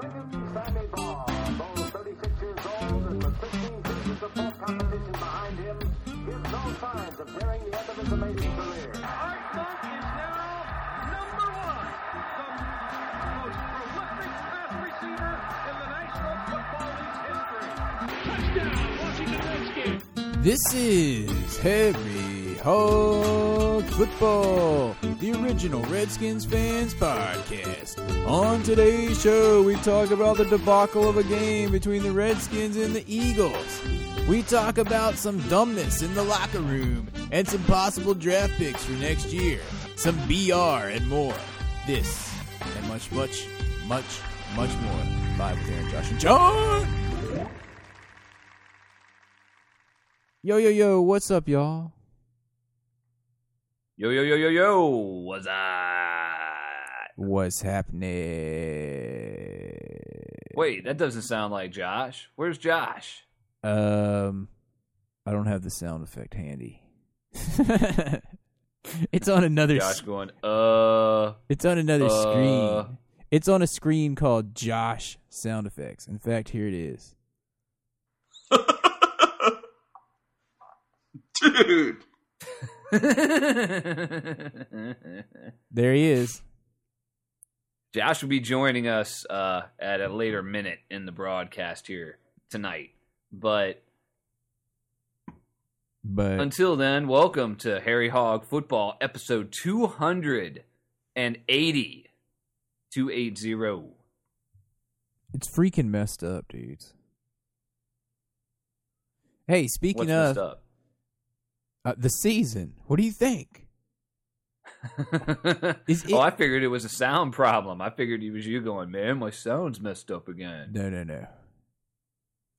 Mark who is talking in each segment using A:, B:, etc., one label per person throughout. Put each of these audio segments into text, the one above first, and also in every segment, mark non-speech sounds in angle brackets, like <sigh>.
A: Sammy Baugh, though 36 years old and with 15 seasons of full competition behind him, gives no signs of nearing the end of his amazing career.
B: Art Monk is now number one, the most prolific pass receiver in the National Football League's history. Touchdown, Washington Redskins.
C: This is Heavy Hog Football, the original Redskins fans podcast. On today's show, we talk about the debacle of a game between the Redskins and the Eagles. We talk about some dumbness in the locker room and some possible draft picks for next year, some BR and more. This and much, much, much, much more. Live with Aaron, Josh, and John. Yo, yo, yo, what's up, y'all?
D: Yo yo yo yo yo, what's up?
C: What's happening?
D: Wait, that doesn't sound like Josh. Where's Josh?
C: Um, I don't have the sound effect handy. <laughs> it's on another.
D: Josh
C: sc-
D: going, uh, <laughs>
C: it's on another
D: Uh.
C: screen. It's on a screen called Josh sound effects. In fact, here it is.
E: Dude.
C: There he is.
D: Josh will be joining us uh, at a later minute in the broadcast here tonight. But
C: But
D: until then, welcome to Harry Hog Football, episode two hundred and eighty, two eight zero.
C: it's freaking messed up, dudes. Hey, speaking
D: What's
C: of
D: messed up? <laughs>
C: Uh, the season, what do you think? Is it-
D: oh, I figured it was a sound problem. I figured it was you going, man, my sound's messed up again.
C: No, no, no.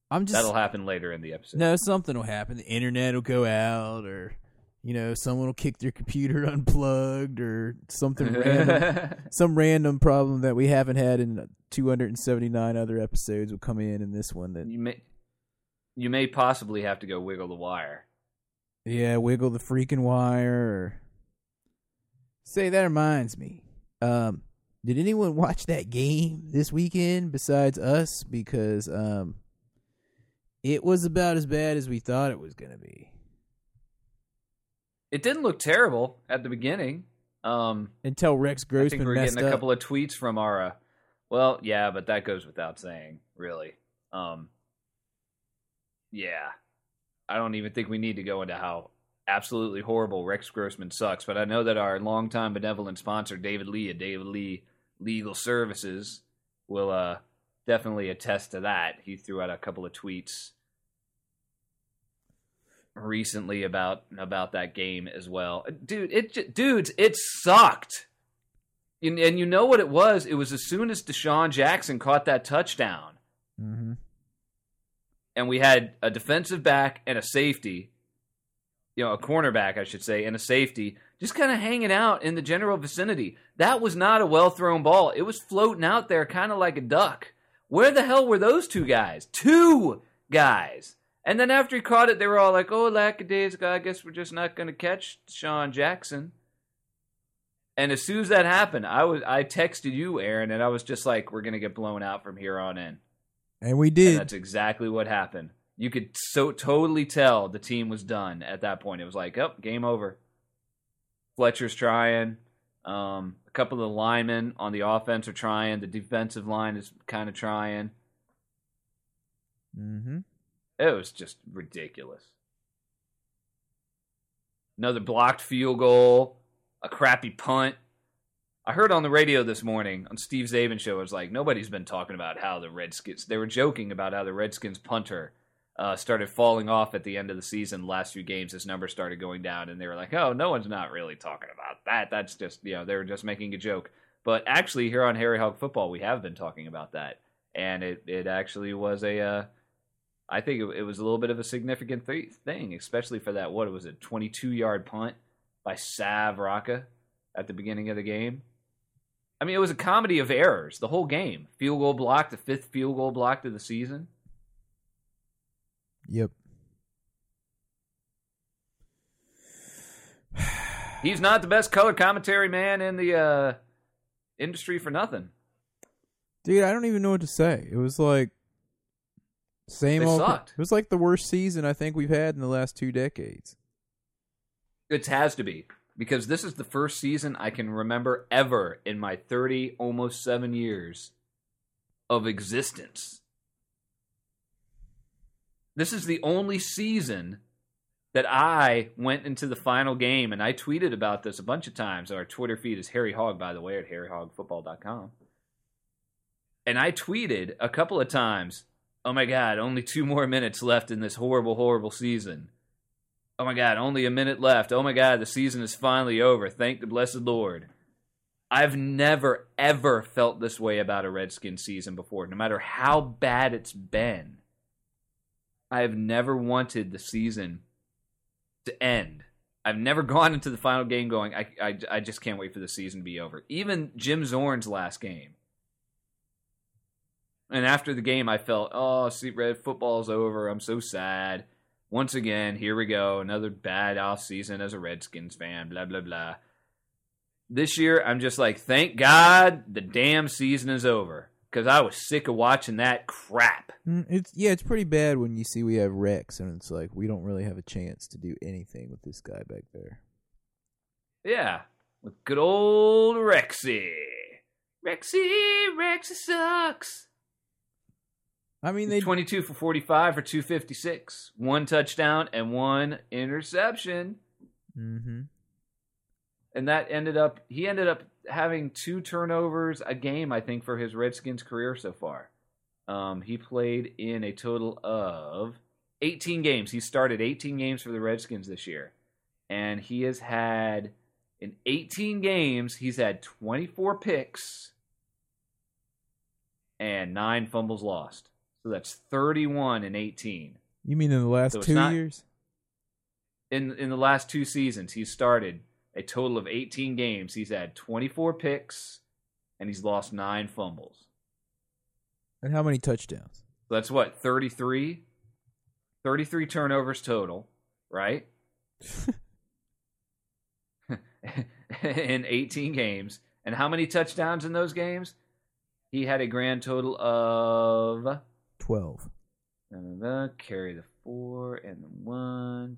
C: I'm just
D: That'll happen later in the episode.
C: No, something will happen. The internet will go out, or you know, someone will kick their computer <laughs> unplugged, or
D: <laughs>
C: something random, some random problem that we haven't had in 279 other episodes will come in in this one. That
D: you may you may possibly have to go wiggle the wire.
C: yeah, wiggle the freaking wire. Or... Say that reminds me. Um, did anyone watch that game this weekend besides us? Because um, it was about as bad as we thought it was gonna be.
D: It didn't look terrible at the beginning. Um,
C: Until Rex
D: I
C: Grossman
D: think we're
C: messed
D: getting a
C: up.
D: couple of tweets from our. Uh, well, yeah, but that goes without saying, really. Um, yeah, I don't even think we need to go into how absolutely horrible Rex Grossman sucks. But I know that our longtime benevolent sponsor, David Lee at David Lee Legal Services, will uh, definitely attest to that. He threw out a couple of tweets recently about about that game as well. Dude, it ju- dudes, it sucked. And, and you know what it was? It was as soon as Deshaun Jackson caught that touchdown,
C: mm-hmm.
D: and we had a defensive back and a safety, you know, a cornerback, I should say, and a safety, just kind of hanging out in the general vicinity. That was not a well thrown ball. It was floating out there kind of like a duck. Where the hell were those two guys? Two guys. And then after he caught it, they were all like, oh, lackadaisical, I guess we're just not going to catch Sean Jackson. And as soon as that happened, I was I texted you, Aaron, and I was just like, "We're gonna get blown out from here on in."
C: And we
D: And
C: did.
D: that's exactly what happened. You could so totally tell the team was done at that point. It was like, oh, game over. Fletcher's trying. Um, a couple of the linemen on the offense are trying. The defensive line is kind of trying.
C: Mm-hmm.
D: It was just ridiculous. Another blocked field goal, a crappy punt. I heard on the radio this morning on Steve Zabin show, it was like nobody's been talking about how the Redskins. They were joking about how the Redskins punter uh, started falling off at the end of the season. The last few games, his number started going down, and they were like, "Oh, no one's not really talking about that. That's just you know they were just making a joke." But actually, here on Harry Hog Football, we have been talking about that, and it it actually was a. Uh, I think it, it was a little bit of a significant th- thing, especially for that what was it, 22 yard punt by Sav Rocca at the beginning of the game. I mean, it was a comedy of errors the whole game. Field goal blocked, the fifth field goal blocked of the season.
C: Yep.
D: He's not the best color commentary man in the uh, industry for nothing.
C: Dude, I don't even know what to say. It was like same
D: They
C: old.
D: sucked.
C: It was like the worst season I think we've had in the last two decades.
D: It has to be because this is the first season I can remember ever in my 30 almost 7 years of existence. This is the only season that I went into the final game and I tweeted about this a bunch of times. Our Twitter feed is Harry Hogg by the way at harryhogfootball.com. And I tweeted a couple of times, "Oh my god, only 2 more minutes left in this horrible horrible season." Oh my God, only a minute left. Oh my God, the season is finally over. Thank the blessed Lord. I've never, ever felt this way about a Redskins season before, no matter how bad it's been. I have never wanted the season to end. I've never <laughs> gone into the final game going, I, I, I just can't wait for the season to be over. Even Jim Zorn's last game. And after the game, I felt, oh, see, Red football's over. I'm so sad once again, here we go, another bad off season as a Redskins fan, blah blah blah. This year I'm just like, thank God the damn season is over. Cause I was sick of watching that crap.
C: Mm, It's yeah, it's pretty bad when you see we have Rex and it's like we don't really have a chance to do anything with this guy back there.
D: Yeah. With good old Rexy. Rexy, Rexy sucks.
C: I mean, they
D: He's 22 for 45 for 256. One touchdown and one interception.
C: hmm
D: and that ended up he ended up having two turnovers a game I think for his Redskins career so far. Um, he played in a total of 18 games. He started 18 games for the Redskins this year, and he has had in 18 games he's had 24 picks and nine fumbles lost. So that's 31 and 18
C: You mean in the last
D: So it's
C: two
D: not-
C: years?
D: in in the last two seasons he's started a total of 18 games he's had 24 picks and he's lost nine fumbles
C: And how many touchdowns?
D: so that's what 33 33 turnovers total right <laughs> in 18 games and how many touchdowns in those games he had a grand total of
C: Twelve.
D: and then carry the four and the one.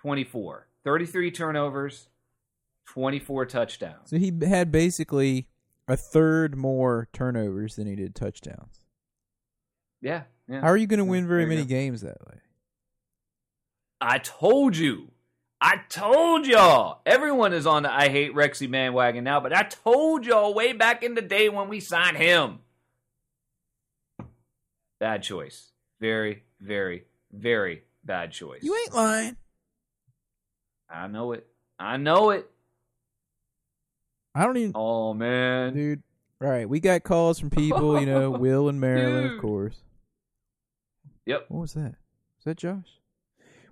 D: 24. 33 turnovers, 24 touchdowns.
C: So he b- had basically a third more turnovers than he did touchdowns.
D: Yeah. yeah. Mm,
C: How are you going to win very
D: There you
C: many
D: go.
C: games that way?
D: I told you. I told y'all. Everyone is on the I hate Rexy bandwagon now, but I told y'all way back in the day when we signed him. Bad choice. Very, very, very bad choice.
C: ain't lying.
D: I know it. I know it.
C: I don't even,
D: Oh, man.
C: dude. All right, we got calls from people,
D: <laughs>
C: you know, Will and Marilyn, of
D: Dude.
C: course.
D: Yep.
C: What was that? Was that Josh?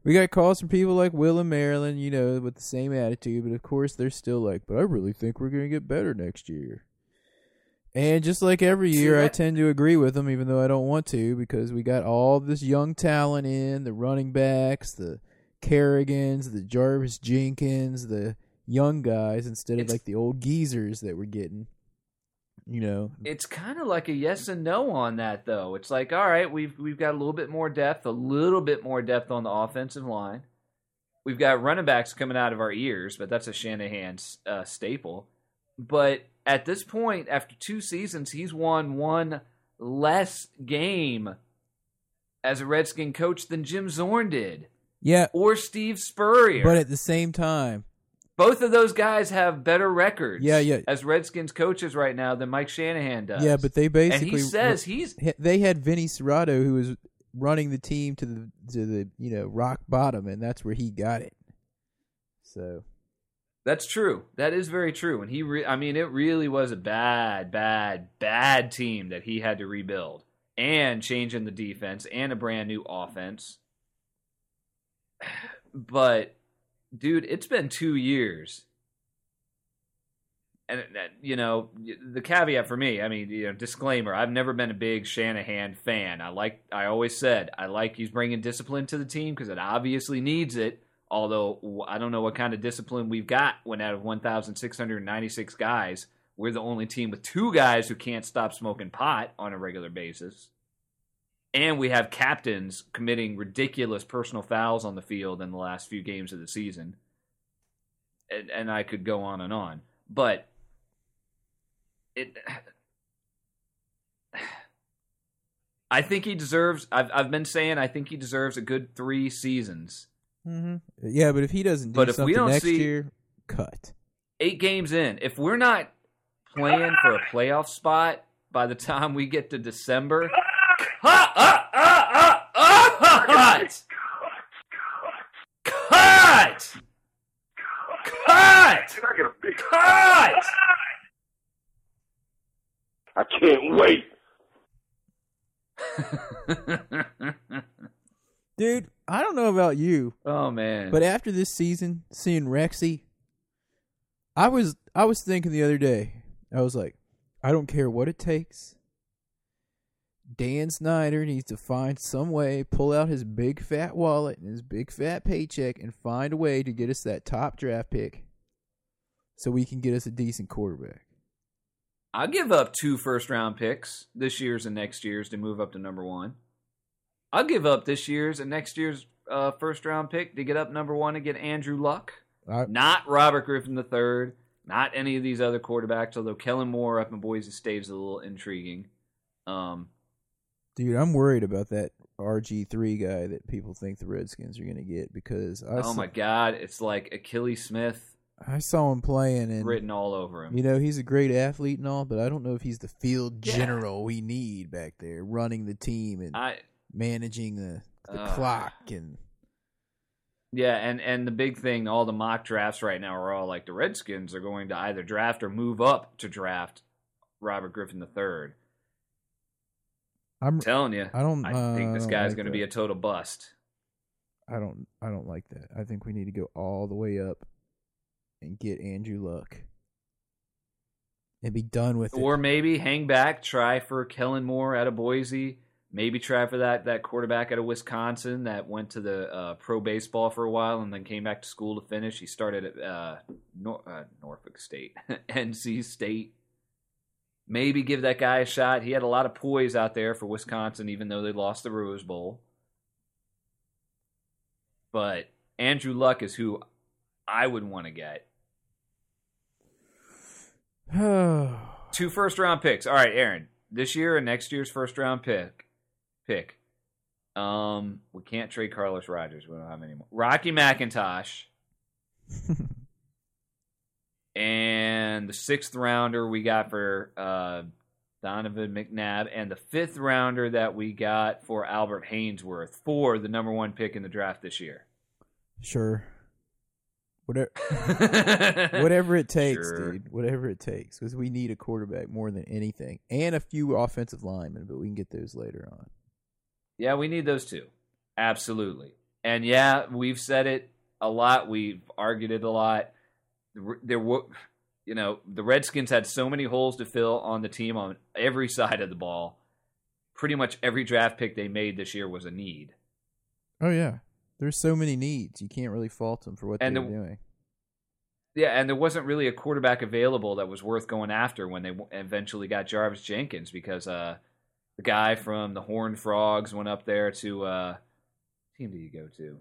C: We got calls from people like Will and Marilyn, you know, with the same attitude, but of course they're still like, but I really think we're going to get better next year. And just like every
D: See
C: year, I
D: that-
C: tend to agree with them, even though I don't want to, because we got all this young talent in the running backs, the Kerrigans, the Jarvis Jenkins, the young guys, instead of
D: It's-
C: like the old geezers that we're getting. You know,
D: it's kind of like a yes and no on that though. It's like all right, we've we've got a little bit more depth, a little bit more depth on the offensive line. We've got running backs coming out of our ears, but that's a Shanahan uh, staple. But at this point, after two seasons, he's won one less game as a Redskin coach than Jim Zorn did
C: yeah,
D: or Steve Spurrier.
C: but at the same time,
D: Both of those guys have better records
C: Yeah, yeah.
D: as Redskins coaches right now than Mike Shanahan does.
C: yeah, but they
D: and
C: basically
D: he says he's
C: ha- they had Vinny Serrato who was running the team to the to the you know rock bottom, and that's where he got it. So
D: That's true. That is very true. And he, re- I mean, it really was a bad, bad, bad team that he had to rebuild and changing the defense and a brand new offense. <sighs> But, dude, it's been two years. And, uh, you know, the caveat for me, I mean, you know, disclaimer, I've never been a big Shanahan fan. I like, I always said, I like he's bringing discipline to the team because it obviously needs it although w- I don't know what kind of discipline we've got when out of 1,696 guys, We're the only team with two guys who can't stop smoking pot on a regular basis. And we have captains committing ridiculous personal fouls on the field in the last few games of the season. And, and I could go on and on. But it <sighs> I think he deserves I've I've been saying I think he deserves a good 3 seasons.
C: Mm-hmm. Yeah, but if he doesn't do
D: But if we
C: something
D: don't
C: next
D: see-
C: year, cut.
D: eight games in, if we're not playing for a playoff spot by the time we get to December, cut, uh, cut, cut, cut, <laughs>
A: I get a big.
D: cut.
A: I can't wait.
C: Dude, I don't know about you,
D: oh man,
C: but after this season, seeing Rexy, I was I was thinking the other day. I was like, I don't care what it takes. Dan Snyder needs to find some way, pull out his big fat wallet and his big fat paycheck, and find a way to get us that top draft pick, so we can get us a decent quarterback.
D: I'll give up two first round picks this year's and next year's to move up to number one. I'll give up this year's and next year's uh, first round pick to get up number one and get Andrew Luck.
C: I,
D: Not Robert Griffin III, not any of these other quarterbacks, although Kellen Moore up in Boise State is a little intriguing. Um,
C: dude, I'm worried about that RG three guy that people think the Redskins are gonna get because I
D: oh
C: saw,
D: my God, it's like Achilles Smith
C: I saw him playing and
D: written all over him.
C: You know, he's a great athlete and all, but I don't know if he's the field general we need back there, running the team and
D: I
C: managing the, the
D: Ugh.
C: clock. And
D: yeah, and and the big thing, all the mock drafts right now are all like the Redskins are going to either draft or move up to draft Robert Griffin III.
C: I'm,
D: I'm telling you,
C: I don't.
D: I think this guy's going to be
C: I
D: a total bust.
C: I don't. I don't like that. I think we need to go all the way up and get Andrew Luck and be done with
D: Or
C: it.
D: maybe hang back, try for Kellen Moore out of Boise. Maybe try for that that quarterback out of Wisconsin that went to the uh, pro baseball for a while and then came back to school to finish. He started at uh, Nor- uh, Norfolk State, <laughs> NC State. Maybe give that guy a shot. He had a lot of poise out there for Wisconsin, even though they lost the Rose Bowl. But Andrew Luck is who I would want to get. two first round picks. All right, Aaron. This year and next year's first round pick. Pick. Um, we can't trade Carlos Rogers. We don't have any more. Rocky McIntosh and the sixth rounder we got for uh, Donovan McNabb, and the fifth rounder that we got for Albert Hainsworth for the number one pick in the draft this year.
C: <sighs> sure.
D: <laughs>
C: Whatever. Whatever it takes,
D: Sure.
C: dude. Whatever it takes, because we need a quarterback more than anything, and a few offensive linemen, but we can get those later on.
D: Yeah, we need those two. Absolutely. And yeah, we've said it a lot. We've argued it a lot. There- There were, you know, the Redskins had so many holes to fill on the team on every side of the ball. Pretty much every draft pick they made this year was a need.
C: Oh yeah, there's so many needs. You can't really fault them for what
D: And
C: they're
D: the-
C: doing.
D: Yeah, and there wasn't really a quarterback available that was worth going after when they w- eventually got Jarvis Jenkins because uh, the guy from the Horned Frogs went up there to uh, what team did he go to?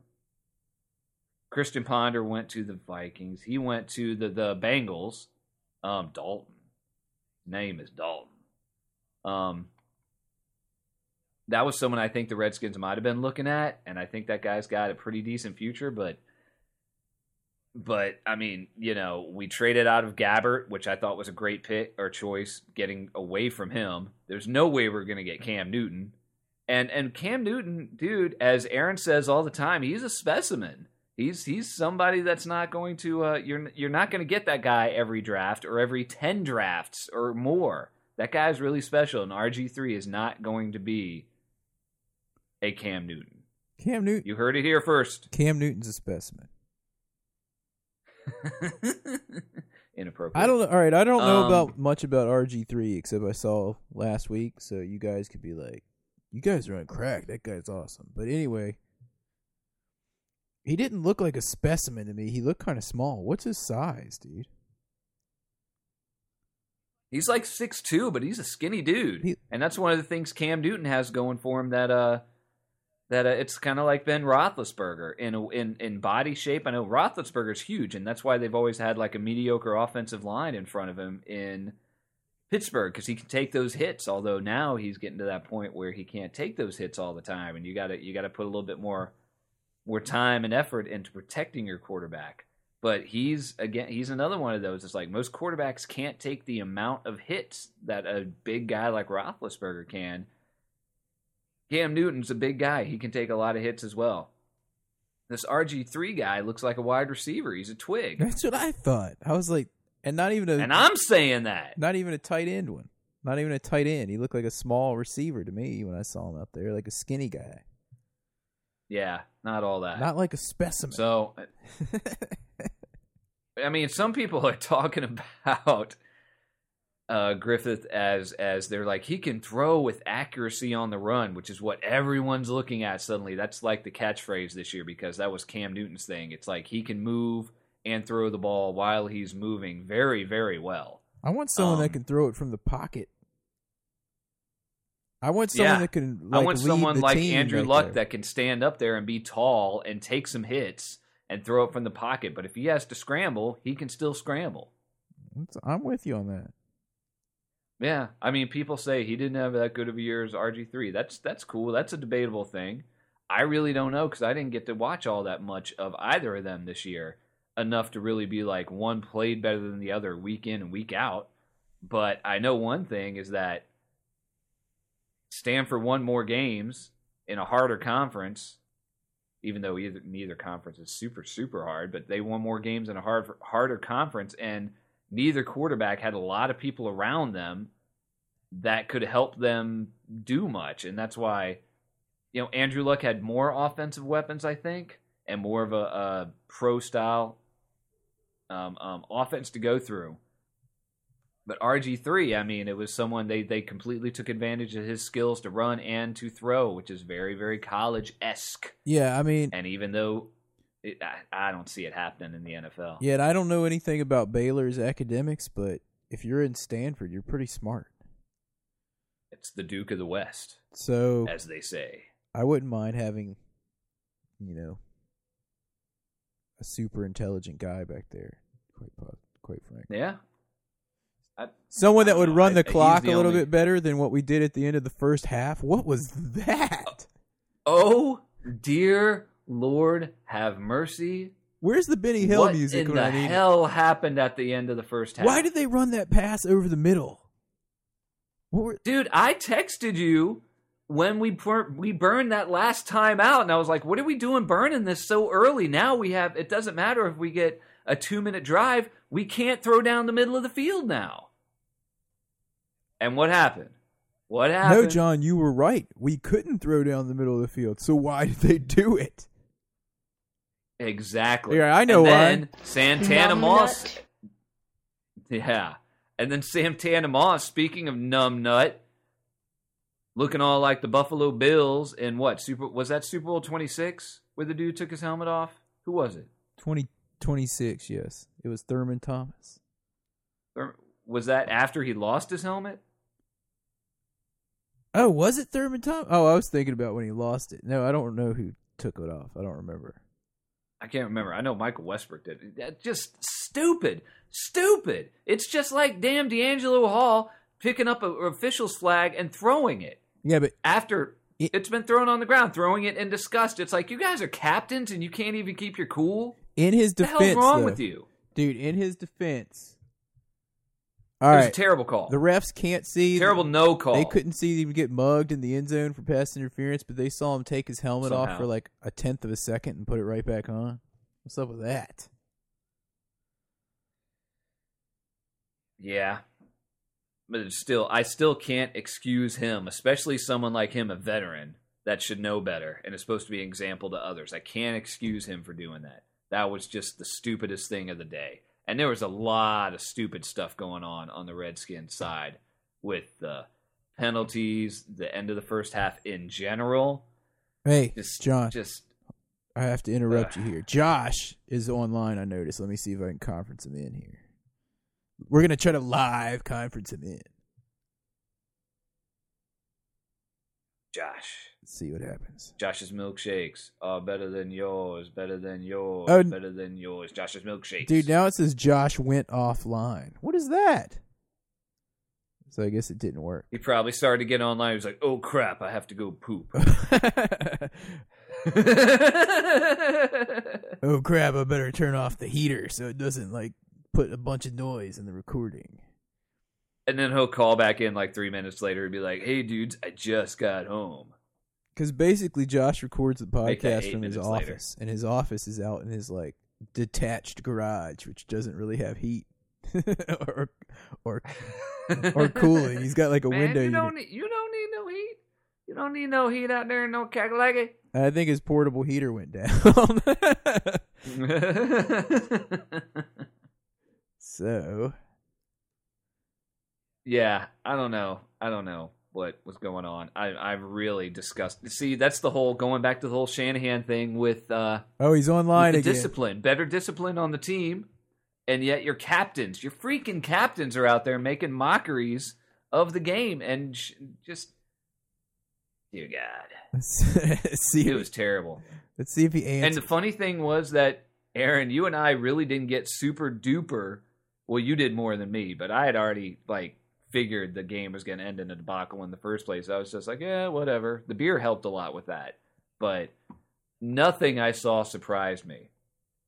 D: Christian Ponder went to the Vikings. He went to the the Bengals. Um, Dalton, name is Dalton. Um, that was someone I think the Redskins might have been looking at, and I think that guy's got a pretty decent future, but but I mean, you know, we traded out of Gabbert, which I thought was a great pick or choice, getting away from him. There's no way we're going to get Cam Newton. And and Cam Newton, dude, as Aaron says all the time, he's a specimen. He's he's somebody that's not going to uh, you're you're not going to get that guy every draft or every 10 drafts or more. That guy's really special and RG3 is not going to be a Cam Newton.
C: Cam Newton.
D: You heard it here
C: <laughs>
D: first.
C: Cam Newton's a specimen.
D: Inappropriate.
C: I don't. know- All right, I don't know
D: Um,
C: about much about RG three except I saw last week. So you guys could be like, you guys are on crack. That guy's awesome. But anyway, he didn't look like a specimen to me. He looked kind of small. What's his size, dude?
D: He's like six two, but he's a skinny dude,
C: He-
D: and that's one of the things Cam Newton has going for him. That uh, that uh, it's kind of like Ben Roethlisberger in a, in in body shape. I know Roethlisberger's huge, and that's why they've always had like a mediocre offensive line in front of him in Pittsburgh because he can take those hits. Although now he's getting to that point where he can't take those hits all the time, and you got to you got to put a little bit more more time and effort into protecting your quarterback. But he's again he's another one of those. It's like most quarterbacks can't take the amount of hits that a big guy like Roethlisberger can. Cam Newton's a big guy; he can take a lot of hits as well. This RG three guy looks like a wide receiver. He's a twig,
C: <laughs> That's what I thought. I was like, and not even a
D: and I'm saying that.
C: not even a tight end one. Not even a tight end. He looked like a small receiver to me when I saw him out there, like a skinny guy,
D: Yeah, not all that.
C: not like a specimen.
D: So, I mean, some people are <laughs> talking about uh, Griffith as as they're like he can throw with accuracy on the run, which is what everyone's looking at suddenly. That's like the catchphrase this year because that was Cam Newton's thing. It's like he can move and throw the ball while he's moving very very well.
C: <laughs> I want someone
D: Um,
C: that can throw it from the pocket. I want someone
D: Yeah.
C: that can. Like,
D: I want
C: lead
D: someone
C: the
D: like
C: team
D: Andrew
C: back
D: Luck
C: there.
D: that can stand up there and be tall and take some hits and throw it from the pocket. But if he has to scramble, he can still scramble.
C: That's- I'm with you on that.
D: Yeah, I mean, people say he didn't have that good of a year as RG three. That's that's cool. That's a debatable thing. I really don't know because I didn't get to watch all that much of either of them this year enough to really be like one played better than the other week in and week out. But I know one thing is that Stanford won more games in a harder conference, even though either neither conference is super super hard. But they won more games in a hard harder conference, and neither quarterback had a lot of people around them that could help them do much. And that's why, you know, Andrew Luck had more offensive weapons, I think, and more of a, a pro style um, um, offense to go through. But RG3, I mean, it was someone they, they completely took advantage of his skills to run and to throw, which is very, very college esque.
C: Yeah, I mean,
D: And even though it, I, I don't see it happening in the NFL.
C: yeah, and I don't know anything about Baylor's academics, but if you're in Stanford, you're pretty smart.
D: It's the Duke of the West,
C: So
D: as they say.
C: I wouldn't mind having, you know, a super intelligent guy back there. Quite, po- quite frank.
D: Yeah.
C: Someone that
D: I
C: would
D: don't know.
C: run
D: I-
C: the
D: he's
C: clock
D: the
C: a little
D: only-
C: bit better than what we did at the end of the first half. What was that?
D: Oh dear Lord, have mercy!
C: Where's the Benny Hill
D: what
C: music
D: in
C: when
D: the
C: I need it?
D: hell happened at the end of the first half?
C: Why did they run that pass over the middle? What were,
D: dude? I texted you when we bur- we burned that last time out, and I was like, "What are we doing burning this so early?" Now we have. It doesn't matter if we get a two minute drive. We can't throw down the middle of the field now. And what happened? What happened?
C: no, John, you were right. We couldn't throw down the middle of the field. So why did they do it?
D: Exactly.
C: Yeah, I
D: and
C: know why.
D: Then Santana Moss. Yeah, and then Santana Moss. Speaking of numb nut, looking all like the Buffalo Bills in what Super was that Super Bowl twenty six where the dude took his helmet off? Who was it?
C: 20, 26, yes. It was Thurman Thomas.
D: Or was that after he lost his helmet?
C: Oh, was it Thurman Thomas? Oh, I was thinking about when he lost it. No, I don't know who took it off. I don't remember.
D: I can't remember. I know Michael Westbrook did. That just stupid, stupid. It's just like damn D'Angelo Hall picking up a a official's flag and throwing it.
C: Yeah, but
D: after
C: It-
D: it's been thrown on the ground, throwing it in disgust. It's like you guys are captains and you can't even keep your cool.
C: in his
D: What the
C: defense.
D: hell's wrong
C: though-
D: with you?
C: Dude, in his defense. All
D: it was
C: right.
D: a terrible call.
C: the refs can't see.
D: terrible no call.
C: They couldn't see him get mugged in the end zone for pass interference, but they saw him take his helmet off
D: Somehow.
C: for like a tenth of a second and put it right back on. What's up with that?
D: Yeah. But it's still, I still can't excuse him, especially someone like him, a veteran that should know better and is supposed to be an example to others. I can't excuse him for doing that. That was just the stupidest thing of the day. And there was a lot of stupid stuff going on on the Redskins side with the penalties, the end of the first half in general.
C: Hey,
D: Just,
C: John,
D: just
C: I have to interrupt you here. Josh is online, I noticed. Let me see if I can conference him in here. We're gonna try to live conference him in.
D: Josh.
C: See what happens.
D: Josh's milkshakes are better than yours, better than yours,
C: Oh, n-
D: better than yours. Josh's milkshakes.
C: Dude, now it says Josh went offline. What is that? So I guess it didn't work.
D: He probably started to get online. He was like, oh crap, I have to go
C: <laughs>
D: poop.
C: <laughs> oh crap, I better turn off the heater so it doesn't like put a bunch of noise in the recording.
D: and then he'll call back in like three minutes later and be like, hey dudes, I just got home.
C: Because basically, Josh records the
D: Make that
C: podcast
D: eight
C: from his
D: minutes later.
C: office, and his office is out in his like detached garage, which doesn't really have heat <laughs> or or <laughs> or cooling. He's got like
D: <laughs>
C: a
D: Man,
C: window.
D: You
C: unit.
D: don't, need, you don't need no heat. You don't need no heat out there in no Kakalaki.
C: <laughs> I think his portable heater went down. <laughs> so
D: yeah, I don't know. I don't know what was going on. I, I'm really disgusted. See, that's the whole going back to the whole Shanahan thing with, uh,
C: oh, he's
D: with
C: online
D: the
C: again.
D: discipline, better discipline on the team, and yet your captains, your freaking captains, are out there making mockeries of the game and sh- just, dear God,
C: let's <laughs> see.
D: it
C: If,
D: was terrible.
C: let's see if he
D: And
C: answers.
D: the funny thing was that Aaron, you and I really didn't get super duper. Well, you did more than me, but I had already like figured the game was going to end in a debacle in the first place. I was just like, yeah, whatever. The beer helped a lot with that, but nothing I saw surprised me.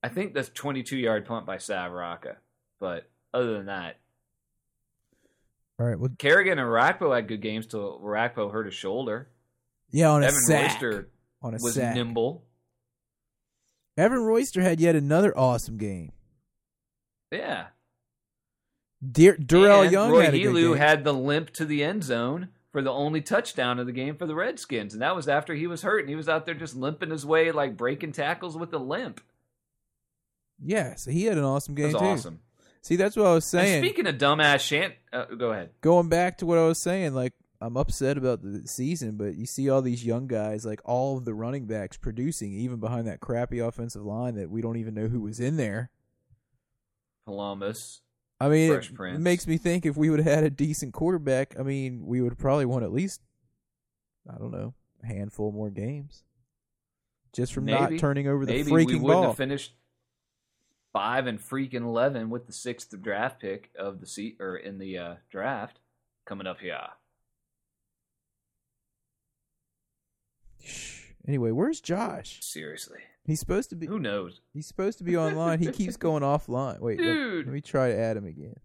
D: I think the 22 yard punt by Savaraka, but other than that,
C: All right. Well,
D: Kerrigan and Rakpo had good games till Rakpo hurt his shoulder.
C: yeah, on a
D: Evan
C: sack.
D: Royster
C: on a
D: was
C: sack.
D: nimble.
C: Evan Royster had yet another awesome game.
D: Yeah,
C: Dear Darrell
D: And
C: Young
D: Roy
C: had a good
D: Helu
C: game.
D: had the limp to the end zone for the only touchdown of the game for the Redskins, and that was after he was hurt and he was out there just limping his way, like breaking tackles with a limp.
C: yeah, so he had an awesome
D: That
C: game
D: was
C: too.
D: awesome.
C: See, that's what I was
D: And
C: saying.
D: speaking of dumbass Shant, uh, go ahead.
C: Going back to what I was saying, like I'm upset about the season, but you see all these young guys, like all of the running backs producing, even behind that crappy offensive line that we don't even know who was in there.
D: Columbus.
C: I mean, it,
D: Fresh Prince.
C: makes me think if we would have had a decent quarterback, I mean, we would have probably won at least, I don't know, a handful more games just from not
D: Maybe.
C: turning over the
D: Maybe we
C: freaking
D: wouldn't
C: ball.
D: have finished five and freaking eleven with the sixth draft pick of the seat or in the uh, draft coming up here.
C: Shh. Anyway, where's Josh?
D: Seriously,
C: He's supposed to be.
D: who knows?
C: He's supposed to be online.
D: <laughs>
C: He keeps going offline. Wait, let- Let,
D: Dude.
C: me try to add him again.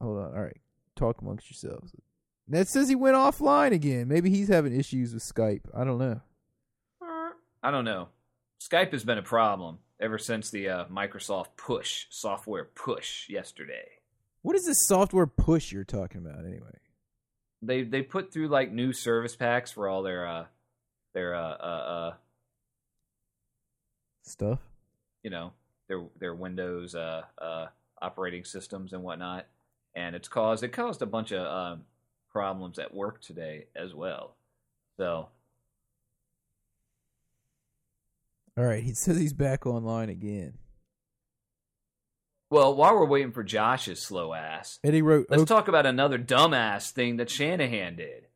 C: Hold on. All right, talk amongst yourselves. That says he went offline again. Maybe he's having issues with Skype. I don't know.
D: I don't know. Skype has been a problem ever since the uh, Microsoft push software push yesterday.
C: What is this software push you're talking about anyway?
D: They they put through like new service packs for all their uh their uh uh, uh
C: Stuff.
D: you know their their Windows uh uh operating systems and whatnot, and it's caused it caused a bunch of um, problems at work today as well. So
C: All right, he <laughs> says he's back online again,
D: well, while we're waiting for Josh's slow ass,
C: and he wrote,
D: let's
C: "Okay,
D: talk about another dumbass thing that Shanahan did.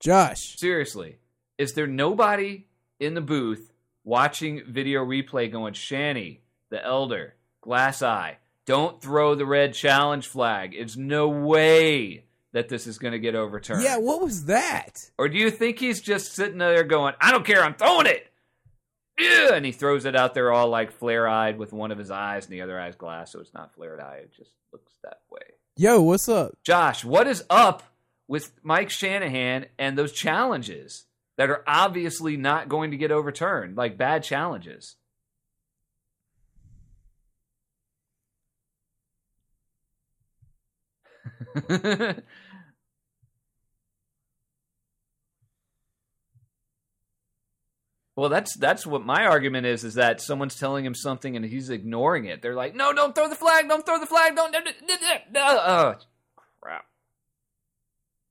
C: "Josh,
D: Seriously, is there nobody in the booth watching video replay going, Shanny, the elder, glass eye, don't throw the red challenge flag? It's no way that this is going to get overturned.
C: yeah, what was that?"
D: Or do you think he's just sitting there going, I don't care, I'm throwing it? Yeah, and he throws it out there all like flare eyed with one of his eyes and the other eye's glass, so it's not flared eye, it just looks that way.
C: Yo, what's up?
D: Josh, what is up with Mike Shanahan and those challenges that are obviously not going to get overturned, like bad challenges? <laughs> well, that's that's what my argument is is that someone's telling him something and he's ignoring it. They're like, "No, don't throw the flag. Don't throw the flag. Don't." <laughs> Uh, crap.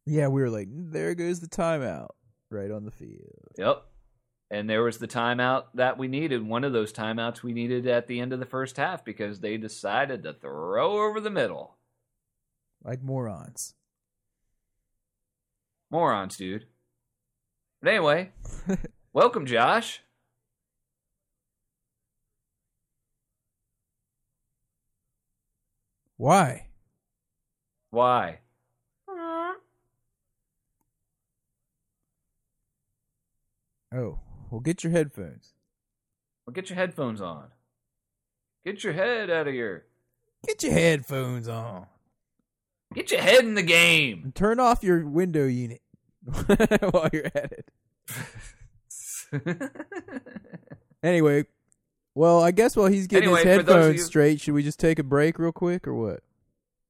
C: Yeah, we were like, "There goes the timeout right on the field."
D: Yep. And there was the timeout that we needed, one of those timeouts we needed at the end of the first half because they decided to throw over the middle.
C: like morons.
D: Morons, dude. But anyway, welcome, Josh.
C: Why?
D: Why?
C: Oh, well, get your headphones.
D: Well, get your headphones on. Get your head out of your.
C: Get your headphones on.
D: Get your head in the game.
C: <laughs> And turn off your window unit <laughs> while you're at it. Anyway, well, I guess while he's getting his
D: Anyway, for those of
C: headphones
D: you-
C: straight, should we just take a break real quick or what?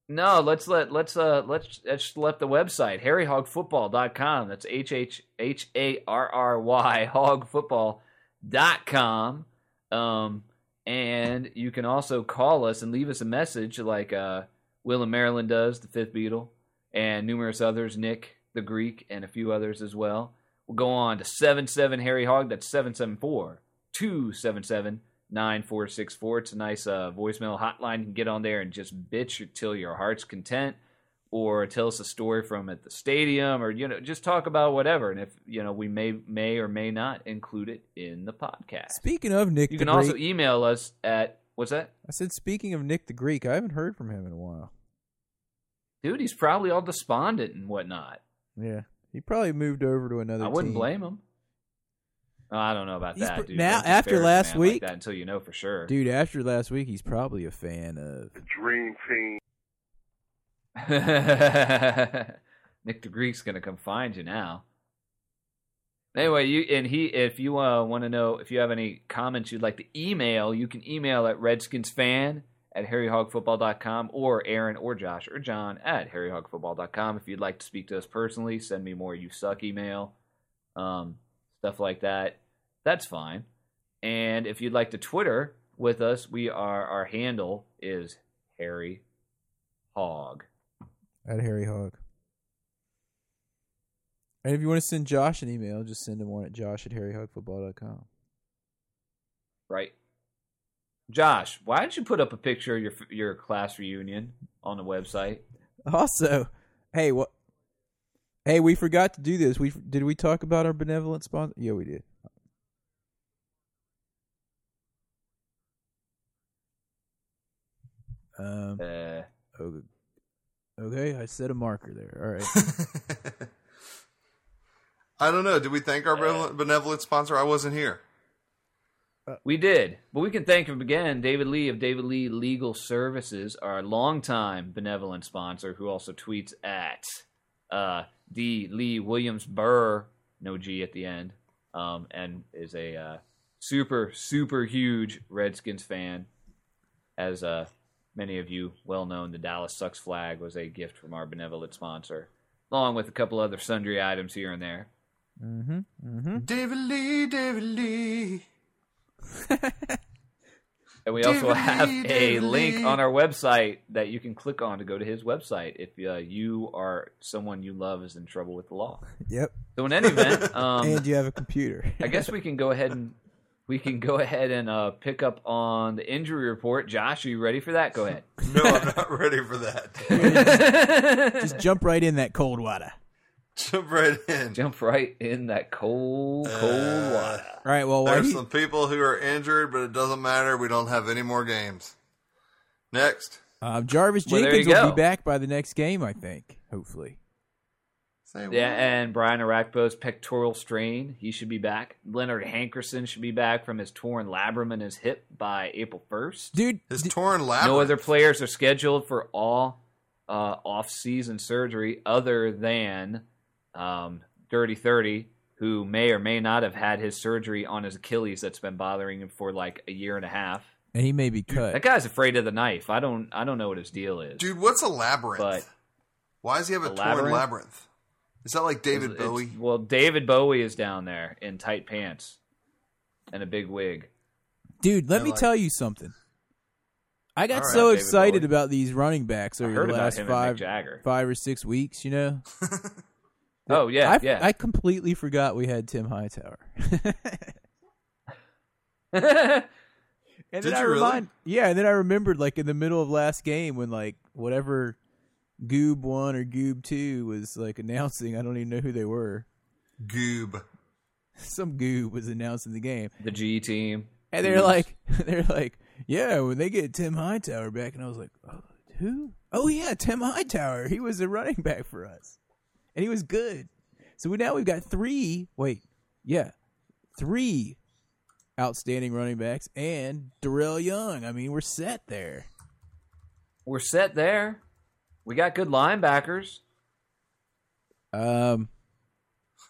D: no, let's let let's uh let's let's let the website harryhogfootball.com. That's h h h a r r y hogfootball.com. Um, and you can also call us and leave us a message like uh Will and Marilyn does, the Fifth Beatle, and numerous others, Nick the Greek, and a few others as well. We'll go on to 77 Harry Hog. That's 774 277 9464. It's a nice uh, voicemail hotline. You can get on there and just bitch your- till your heart's content or tell us a story from at the stadium or, you know, just talk about whatever. And if, you know, we may, may or may not include it in the podcast.
C: Speaking of Nick
D: You
C: the
D: can also
C: Greek,
D: email us at, what's that?
C: I said speaking of Nick the Greek, I haven't heard from him in a while.
D: Dude, he's probably all despondent and whatnot.
C: Yeah, he probably moved over to another.
D: I wouldn't
C: team.
D: blame him. Oh, I don't know about
C: He's
D: that,
C: pr-
D: dude.
C: now-
D: Don't
C: after
D: disparage a
C: last
D: man
C: week-
D: like that until you know for sure.
C: dude. After last week, he's probably a fan of.
E: Dream team.
D: <laughs> Nick the Greek's gonna come find you now. Anyway, you and he. If you uh, want to know, if you have any comments you'd like to email, you can email at RedskinsFan at HarryHogFootball.com or Aaron or Josh or John at HarryHogFootball.com. If you'd like to speak to us personally, send me more "You Suck" email, um, stuff like that. That's fine. And if you'd like to Twitter with us, we are our handle is Harry Hog.
C: at Harry Hog. And if you want to send Josh an email, just send him one at josh at harryhogfootball.com.
D: Right. Josh, why didn't you put up a picture of your your class reunion on the website?
C: Also, hey, what? Hey, we forgot to do this. We did we talk about our benevolent sponsor? Yeah, we did. Um.
D: Uh,
C: Okay. Okay, I set a marker there. All right.
F: I don't know. Did we thank our benevolent- benevolent sponsor? I wasn't here.
D: we did, but we can thank him again, David Lee of David Lee Legal Services, our longtime benevolent sponsor, who also tweets at uh, D Lee Williams Burr, no G at the end, um, and is a uh, super super huge Redskins fan, as uh, many of you well known, the Dallas Sucks flag was a gift from our benevolent sponsor, along with a couple other sundry items here and there.
C: <laughs> mm-hmm. Mm-hmm.
F: David Lee, David Lee.
D: And we also
F: David
D: have
F: Lee,
D: a
F: David
D: link
F: Lee.
D: on our website that you can click on to go to his website if uh, you are someone you love is in trouble with the law.
C: Yep.
D: So
C: <laughs>
D: in any event, um,
C: and you have a <laughs> computer.
D: I guess we can go ahead and we can go ahead and uh, pick up on the injury report. Josh, are you ready for that? Go ahead.
F: No, I'm
D: <laughs>
F: not ready for that.
C: <laughs> Just jump right in that cold water.
F: Jump right in.
D: Jump right in that cold, cold water.
C: All right. Well, while
F: There's
C: he,
F: some people who are injured, but it doesn't matter. We don't have any more games. Next.
C: um, Jarvis
D: Well, there
C: Jenkins
D: you
C: will
D: go.
C: be back by the next game, I think. Hopefully.
F: Say
D: Yeah, eh,
F: what?
D: and Brian Arakpo's pectoral strain, he should be back. Leonard Hankerson should be back from his torn labrum in his hip by April 1st.
C: Dude,
F: His
C: d-
F: torn lab.
D: No other players are scheduled for all uh, off-season surgery other than um, Dirty Thirty, who may or may not have had his surgery on his Achilles that's been bothering him for like a year and a half.
C: and he may be cut.
D: That guy's afraid of the knife. I don't. I don't know what his deal is.
F: Dude, what's a labyrinth?
D: But-
F: Why does he have a,
D: A
F: torn
D: labyrinth?
F: labyrinth? Is that like David
D: It's- it's-
F: Bowie?
D: well, David Bowie is down there in tight pants and a big wig.
C: Dude, let
F: I
C: me
F: like-
C: tell you something. I got
F: All right,
C: so
D: David
C: excited
D: Bowie.
C: about these running backs
D: I
C: over
D: heard
C: the
D: about
C: last
D: him and Mick
C: five
D: Jagger.
C: five or six weeks, you know.
D: Oh yeah,
C: I,
D: yeah.
C: I completely forgot we had Tim Hightower. <laughs> And
F: Did
C: then I
F: you really?
C: remind, yeah, and then I remembered like in the middle of last game when like whatever Goob one or Goob two was like announcing, I don't even know who they were. <laughs>
F: Goob.
C: Some Goob was announcing the game,
D: <laughs> the G E team.
C: and they're like, <laughs> they're like, yeah, when they get Tim Hightower back, and I was like, oh, who? Oh yeah, Tim Hightower. He was a running back for us, and he was good. So we, now we've got three. Wait, yeah, three outstanding running backs and Darrell Young. I mean, we're set there.
D: We're set there. We got good linebackers.
C: Um,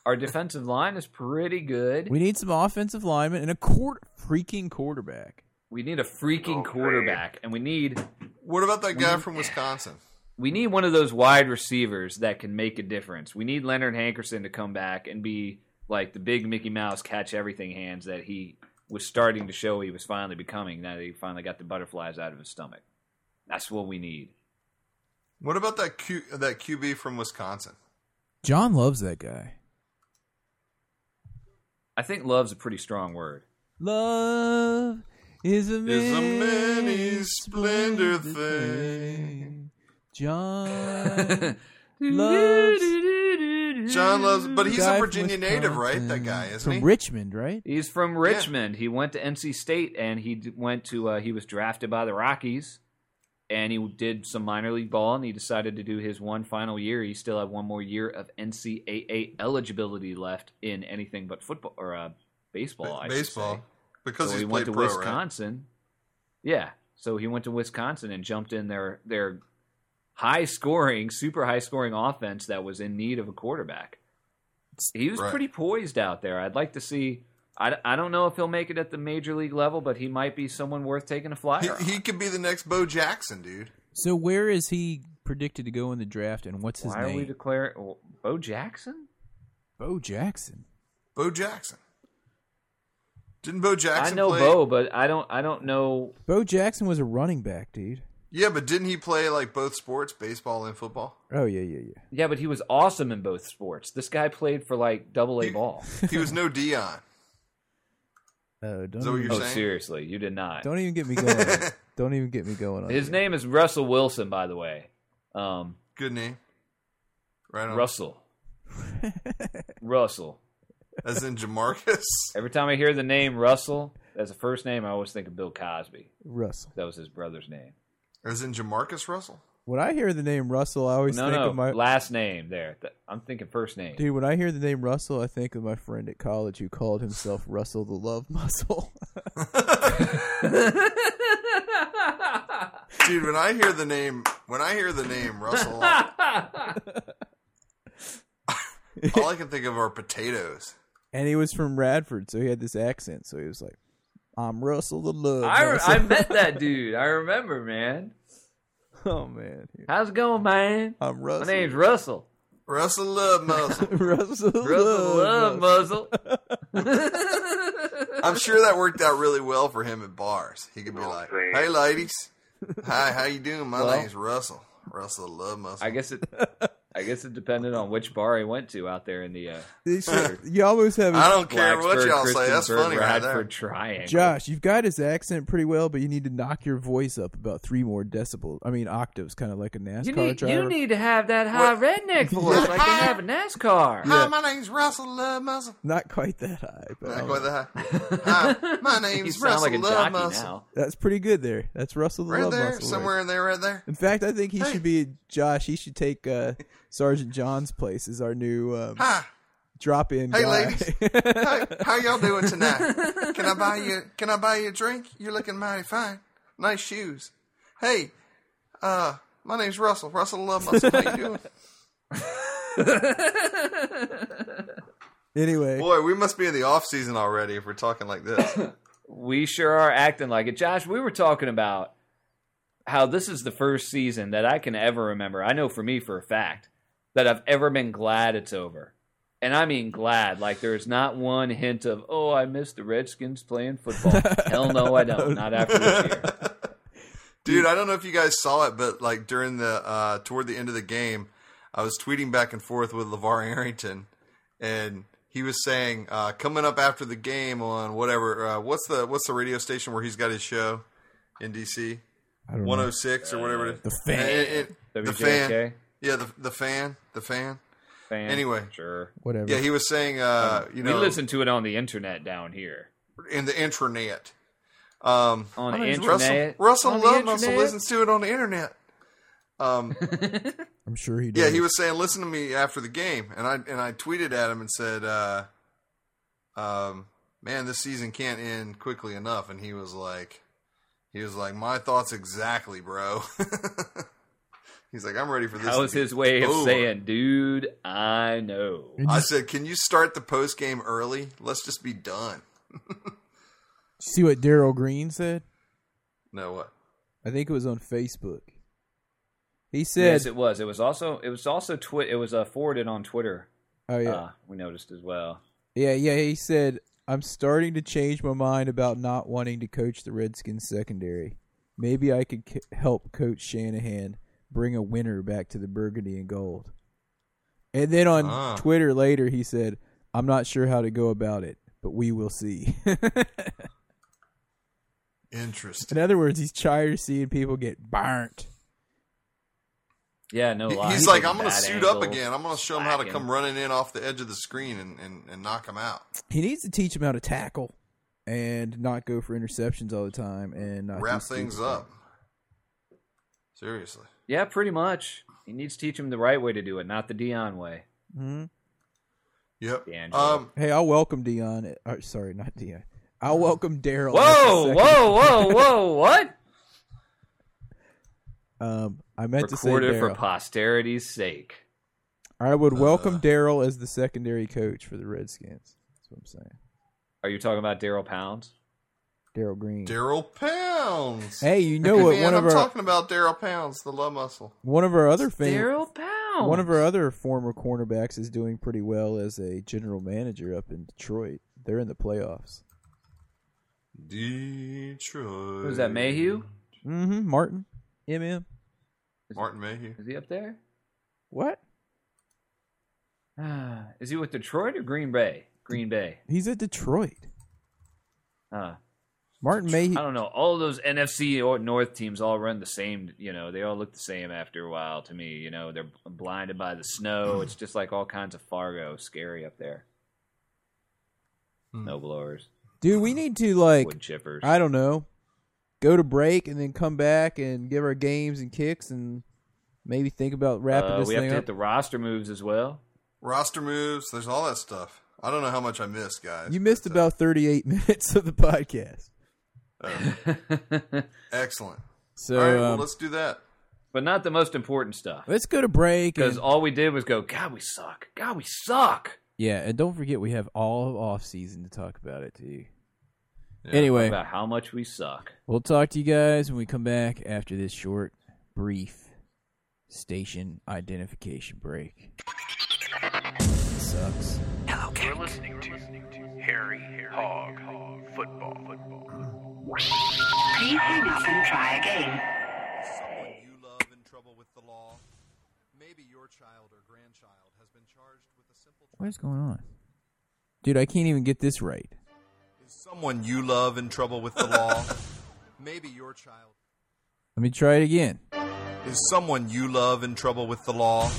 D: Our defensive line is pretty good.
C: we need some offensive linemen and a court freaking quarterback.
D: We need a freaking
F: Oh,
D: quarterback, and we need
F: What about that
D: <sighs>
F: guy from Wisconsin?
D: we need one of those wide receivers that can make a difference. We need Leonard Hankerson to come back and be like the big Mickey Mouse catch everything hands that he was starting to show he was finally becoming now that he finally got the butterflies out of his stomach. That's what we need.
F: What about that Q, that QB from Wisconsin?
C: John loves that guy.
D: I think love's a pretty strong word. <laughs>
C: Love is a
F: Is a
C: many,
F: many splendor
C: thing.
F: thing.
D: <laughs>
C: John loves
F: John loves, but he's
C: guy
F: a
C: from
F: Virginia native, right? That
C: Wisconsin.
F: guy, isn't
C: from
F: he?
C: Richmond, right?
D: He's from Richmond. He went to NC State and he d- went to uh, he was drafted by the Rockies and he did some minor league ball and he decided to do his one final year. He still had one more year of NCAA eligibility left in anything but football or uh, baseball. I should
F: baseball,
D: say.
F: because
D: so
F: he's
D: he went
F: played
D: to
F: pro, right?
D: Wisconsin. Yeah, so he went to Wisconsin and jumped in their their high scoring, super high scoring offense that was in need of a quarterback. He was
F: Right.
D: pretty poised out there. I'd like to see. I, I don't know if he'll make it at the major league level, but he might be someone worth taking a flyer. on.
F: He, he could be the next Bo Jackson, dude.
C: So where is he predicted to go in the draft, and what's his
D: Why are
C: name?
D: we declaring well, Bo Jackson?
C: Bo Jackson.
F: Bo Jackson. Didn't Bo Jackson?
D: I know
F: play,
D: Bo, but I don't. I don't know.
C: Bo Jackson was a running back, dude.
F: Yeah, but didn't he play like both sports, baseball and football?
C: Oh yeah, yeah, yeah.
D: Yeah, but he was awesome in both sports. This guy played for like double A
F: He-
D: ball.
F: He was
D: <laughs>
F: no Dion.
C: Oh, don't
F: Is that what
C: even-
F: you're
D: Oh,
F: saying?
D: seriously, you did not.
C: Don't even get me
F: <laughs>
C: going. Don't even get me going on
D: His
C: that.
D: name is Russell Wilson, by the way. Um,
F: Good name. Right on.
D: Russell. Russell.
F: As
D: <laughs>
F: in Jamarcus.
D: Every time I hear the name Russell as a first name, I always think of Bill Cosby.
C: Russell.
D: That was his brother's name.
F: As in Jamarcus Russell.
C: When I hear the name Russell, I always
D: No,
C: think
D: no,
C: of my
D: last name there. Th- I'm thinking first name. <laughs>
C: dude. When I hear the name Russell, I think of my friend at college who called himself Russell the Love Muscle. <laughs>
F: Dude, when I hear the name when I hear the name Russell
D: <laughs>
F: all I can think of are potatoes.
C: and he was from Radford, so he had this accent. So he was like, "I'm Russell the Love."
D: I, re-
C: <laughs> Muscle."
D: I met that dude. I remember, man.
C: oh man,
D: How's it going, man?
C: I'm
D: My
C: Russell.
D: name's Russell.
F: Russell Love Muscle.
C: <laughs> Russell, the
D: Russell Love
C: Love.
D: Muzzle.
F: I'm sure that worked out really well for him at bars. He could be like, Hey ladies. Hi, how you doing? My
D: Well-
F: name's Russell. Russell Love Muscle.
D: I guess
C: <laughs>
D: it. I guess it depended on which bar he went to out there in the uh,
C: Muscle. you almost have
F: I
C: his,
F: don't care what
D: Blacksburg,
F: y'all say. That's
D: Christiansburg,
F: funny right
D: Radford
F: there.
D: Triangle.
C: <laughs> Josh. You've got his accent pretty well, but you need to knock your voice up about three more decibels. I mean octaves, kind of like a NASCAR
D: You need,
C: driver.
D: you need to have that high
F: <laughs>
D: redneck voice like they have in NASCAR.
F: Hi, my name's Russell Love Muscle.
C: Not quite that high, but
F: Not
C: um,
F: quite that
D: <laughs>
F: high. Hi, my
D: Oh, You
F: name's
D: sound
F: Russell
D: like a
F: Love
D: jockey
F: Muscle.
D: now.
C: that's pretty good there. That's Russell the
F: Right
C: Love
F: there,
C: Muscle. right
F: somewhere in there,
D: <laughs>
F: right there.
C: In fact, I think he should be Josh. He should take uh, Sergeant John's place as our new um,
F: Hi,
C: drop-in
F: Hey,
C: guy.
F: ladies. hi, how y'all doing tonight? Can I buy you? Can I buy you a drink? You're looking mighty fine. Nice shoes. Hey, uh, my name's Russell. Russell Love Muscle. How you doing?
C: <laughs> anyway,
F: Boy, we must be in the off season already if we're talking like this.
D: We sure are acting like it. Josh, we were talking about how this is the first season that I can ever remember. I know for me for a fact that I've ever been glad it's over. And I mean glad. Like there's not one hint of, oh, I miss the Redskins playing
F: <laughs>
D: football. Hell no, I don't. Not after this year.
F: Dude, I don't know if you guys saw it, but like during the uh toward the end of the game, I was tweeting back and forth with LeVar Arrington, and he was saying, uh, coming up after the game on whatever, uh, what's the what's the radio station where he's got his show in DC?
D: Mm-hmm.
F: 106 or whatever. it is.
C: The Fan.
F: Eh, eh, eh, the
D: WJFK?
F: fan. Yeah, the, the fan. The fan.
D: Fan,
F: Anyway.
D: sure.
C: Whatever.
F: Yeah, he was saying, uh, you know,
D: we listen to it on the internet down here.
F: in the intranet. Um,
D: On the
F: my name's
D: internet.
F: Russell,
D: On
F: Russell
D: the
F: Love Muscle
D: internet.
F: listens to it on the internet. Um,
C: I'm sure he did.
F: yeah, he was saying, "Listen to me after the game," and I and I tweeted at him and said, uh, um, "Man, this season can't end quickly enough." And he was like, "He was like, my thoughts exactly, bro." <laughs> He's like, "I'm ready for this."
D: That
F: to
D: was
F: be
D: his way of
F: over."
D: saying, dude, I know.
F: I said, "Can you start the post game early? Let's just be done."
C: See what Daryl Green said?
F: No, what?
C: I think it was on Facebook. He said,
D: Yes, it was. It was also it was also twit it was uh, forwarded on Twitter.
C: "Oh yeah,
D: Uh, we noticed as well.
C: yeah, yeah." He said, "I'm starting to change my mind about not wanting to coach the Redskins secondary. Maybe I could c- help Coach Shanahan bring a winner back to the Burgundy and Gold." And then on
F: Ah.
C: Twitter later, he said, "I'm not sure how to go about it, but we will see." <laughs>
F: Interesting.
C: In other words, he's tired of seeing people get burnt.
D: Yeah, no
F: He-
D: lie.
F: He's
D: He
F: like,
D: took
F: I'm going to
D: that
F: suit up
D: angle.
F: again. I'm going to show him how to
D: slacking.
F: come running in off the edge of the screen and, and, and knock him out.
C: He needs to teach him how to tackle and not go for interceptions all the time and not
F: Wrap
C: do stupid
F: things up. Seriously.
D: Yeah, pretty much. He needs to teach him the right way to do it, not the Dion way.
C: Mhm.
F: Yep.
D: D'Angelo.
F: Um,
C: Hey, I'll welcome Dion. Or, sorry, not Dion. I'll welcome
D: Uh,
C: Daryl.
D: Whoa, whoa, whoa, whoa, <laughs> what?
C: Um, I meant to say
D: Recorded for
C: Daryl.
D: posterity's sake.
C: I would
D: Uh.
C: welcome Daryl as the secondary coach for the Redskins. That's what I'm saying.
D: Are you talking about Daryl Pounds?
C: Daryl Green.
F: Daryl Pounds.
C: Hey, you know what?
F: Man,
C: One of
F: I'm
C: our
F: talking about Daryl Pounds, the love muscle.
C: one of our other fam-
D: Daryl Pounds.
C: one of our other former cornerbacks is doing pretty well as a general manager up in Detroit. They're in the playoffs.
F: Detroit.
D: Who's that? Mayhew?
C: Mm-hmm. Martin, MM.
F: Martin Mayhew.
D: Is he up there?
C: What?
D: Ah, <sighs> Is he with Detroit or Green Bay? Green Bay.
C: He's at Detroit.
D: Uh,
C: Martin Mayhew.
D: I don't know. All those NFC or North teams all run the same. You know, they all look the same after a while to me. You know, they're blinded by the snow.
C: Hmm.
D: It's just like all kinds of Fargo, scary up there. No blowers,
C: Dude, we need to Hmm. like
D: wood chippers.
C: I don't know, go to break and then come back and give our games and kicks and maybe think about wrapping
D: Uh,
C: this
D: we have
C: thing
D: to
C: up.
D: hit the roster moves as well. <laughs>
F: Roster moves. There's all that stuff. I don't know how much I missed, guys.
C: you missed
F: but, uh,
C: about 38 <laughs> minutes of the podcast.
F: Excellent.
C: <laughs> So
F: all right, well,
C: um, let's,
F: let's do that.
D: but not the most important stuff.
C: go to break
D: Because
C: and,
D: all we did was go, God, we suck. God, we suck.
C: yeah, and don't forget we have all of off season to talk about it too.
F: Yeah.
C: anyway,
D: About how much we suck.
C: we'll talk to you guys when we come back after this short brief station identification break. Sucks.
A: You're listening to Harry Hog Football. Football.
G: Please hang up and try again.
F: someone you love in trouble with the law, maybe your child or grandchild has been charged with a simple.
C: What is going on? Dude, I can't even get this right.
F: Is someone you love in trouble with the law? maybe your child.
C: Let me try it again.
F: Is someone you love in trouble with the law?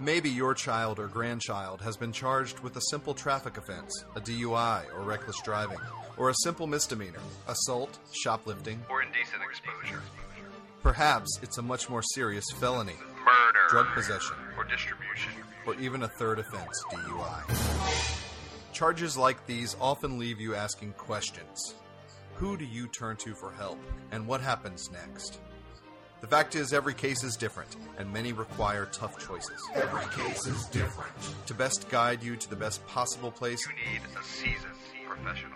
F: Maybe your child or grandchild has been charged with a simple traffic offense, a DUI or reckless driving, or a simple misdemeanor, assault, shoplifting.
A: Or indecent exposure.
F: Perhaps it's a much more serious felony,
A: Murder.
F: drug possession,
A: Or distribution.
F: or even a third offense, DUI. Charges like these often leave you asking questions. Who do you turn to for help, and what happens next? The fact is, every case is different, and many require tough choices. Every case is different. To best guide you to the best possible place,
A: You need a seasoned professional.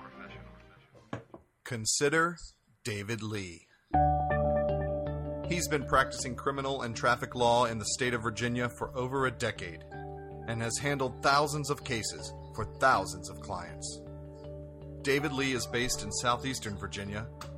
F: consider David Lee. He's been practicing criminal and traffic law in the state of Virginia for over a decade and has handled thousands of cases for thousands of clients. David Lee is based in southeastern Virginia,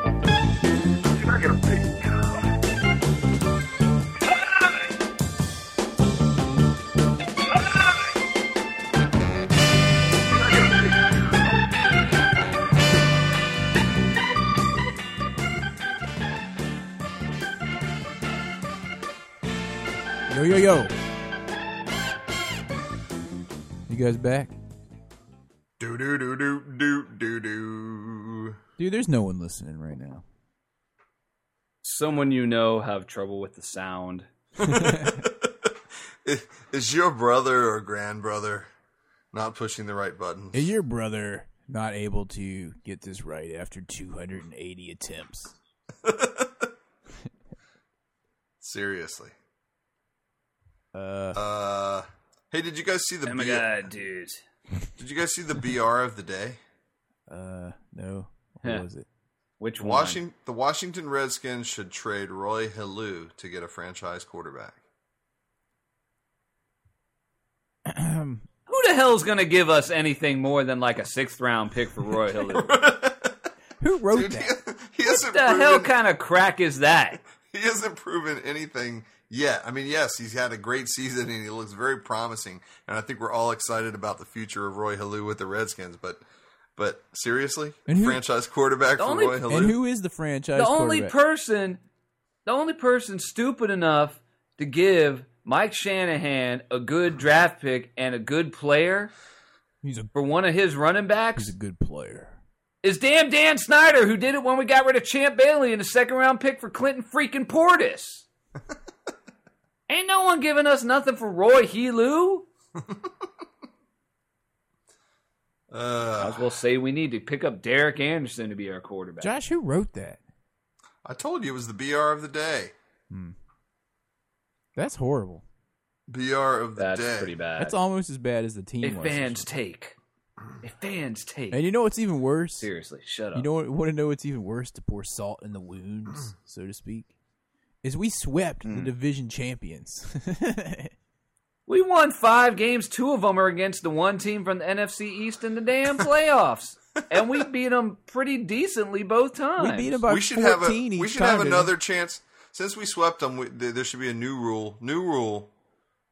A: Can I get a big cow?
C: Yo, yo, yo. You guys back?
F: Do do do do do do do.
C: Dude, there's no one listening right now.
D: Someone you know have trouble with the sound.
F: Is your brother or grandbrother not pushing the right button?
C: Is your brother not able to get this right after 280 attempts?
F: <laughs> Seriously.
C: Uh,
F: Uh, hey, did you guys see the
D: Oh my
F: B-
D: god, dude.
F: did you guys see the BR of
D: <laughs>
F: the day?
C: uh, no. What
D: Huh.
C: was it?
D: Which one?
F: Washington, the Washington Redskins should trade Roy Hellu to get a franchise quarterback. <laughs>
D: Who the hell's gonna give us anything more than like a sixth round pick for Roy <laughs> Hill? what
C: Who wrote
F: Dude, he, <laughs>
C: that?
F: he hasn't
D: the hell
F: proven-
D: kind of crack is that?
F: he hasn't proven anything yet. I mean, yes, he's had a great season and he looks very promising. And I think we're all excited about the future of Roy Halou with the Redskins. But, but seriously,
C: And who-
F: franchise quarterback
D: The
F: for
D: only-
F: Roy Halou.
C: And who is the franchise
D: The only
C: quarterback?
D: person, the only person stupid enough to give Mike Shanahan a good draft pick and a good player
C: He's a
D: for one of his running
C: he's
D: backs
C: a good player.
D: is damn Dan Snyder, who did it when we got rid of Champ Bailey in the second round pick for Clinton freaking Portis. Ain't no one giving us nothing for Roy Helu. Might
F: Uh,
D: as well say we need to pick up Derek Anderson to be our quarterback.
C: Josh, who wrote that?
F: I told you it was the BR of the day.
C: Hmm. That's horrible.
F: BR of the
D: That's
F: day.
D: pretty bad.
C: That's almost as bad as the team
D: If
C: was.
D: Uh, fans take, if fans take,
C: And you know what's even worse?
D: seriously, shut up.
C: You know what? Want to know what's even worse? To pour salt in
D: <clears throat>
C: the wounds, so to speak, is we swept
D: Mm.
C: the division champions. <laughs>
D: we won five games. Two of them are against the one team from the NFC East in the damn
C: <laughs>
D: playoffs, and we beat them pretty decently both
C: we
D: times.
C: beat them by
F: we should have a,
C: fourteen each
F: we should
C: time,
F: have
C: didn't
F: another chance since we swept them. We, there there should be a new rule. New rule.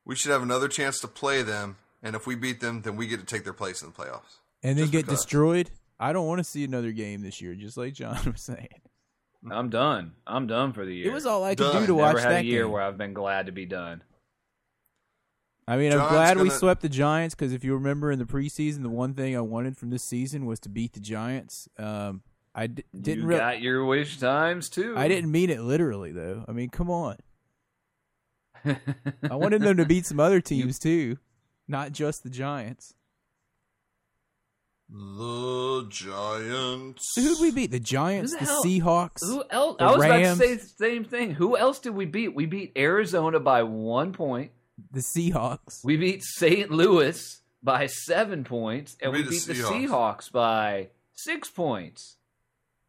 F: We should have another chance to play them, and if we beat them, then we get to take their place in the playoffs.
C: we? and then
F: just
C: get
F: because.
C: destroyed. I don't want to see another game this year, just like John <laughs> was saying.
D: I'm done. I'm done for the year.
C: It was all I could
F: Done.
C: do to
D: Never
C: watch
D: had
C: that
D: a year
C: game.
D: where I've been glad to be done.
C: I mean, I'm
F: John's
C: glad we
F: gonna-
C: swept the Giants because if you remember in the preseason, the one thing I wanted from this season was to beat the Giants. Um, I d- didn't
D: you
C: really.
D: got your wish times too. <laughs>
C: I didn't mean it literally, though. I mean, come on. I wanted them to beat
D: <laughs>
C: some other teams too, not just the Giants.
F: The Giants.
C: So who'd we beat? The Giants,
D: Who
C: the
D: the hell-
C: Seahawks.
D: Who else?
C: the
D: I was
C: Rams.
D: about to say the same thing. Who else did we beat? We beat Arizona by one point.
C: The Seahawks.
D: We beat St. Louis by seven points, and
F: We
D: we,
F: beat
D: beat
F: the
D: the Seahawks by six points.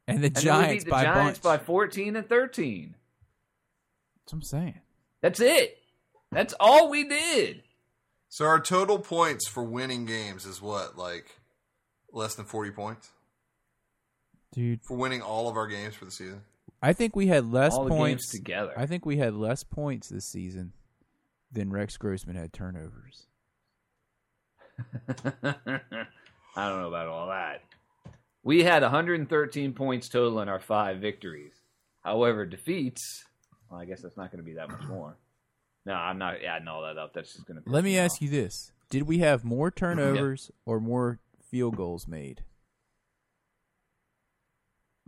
C: and the
D: And then we
C: Giants
D: beat the
C: by
D: Giants
C: bunch.
D: by fourteen and thirteen.
C: That's what I'm saying.
D: That's it. That's all we did.
F: So our total points for winning games is what, like less than forty points
C: Dude,
F: for winning all of our games for the season.
C: I think we had less
D: all the
C: points
D: games together.
C: I think we had less points this season than Rex Grossman had turnovers.
D: <laughs> I don't know about all that. We had 113 points total in our five victories. However, defeats. Well, I guess that's not going to be that much more. No, I'm not adding all that up. That's just going to.
C: Let me ask you this: Did we have more turnovers or more field goals made?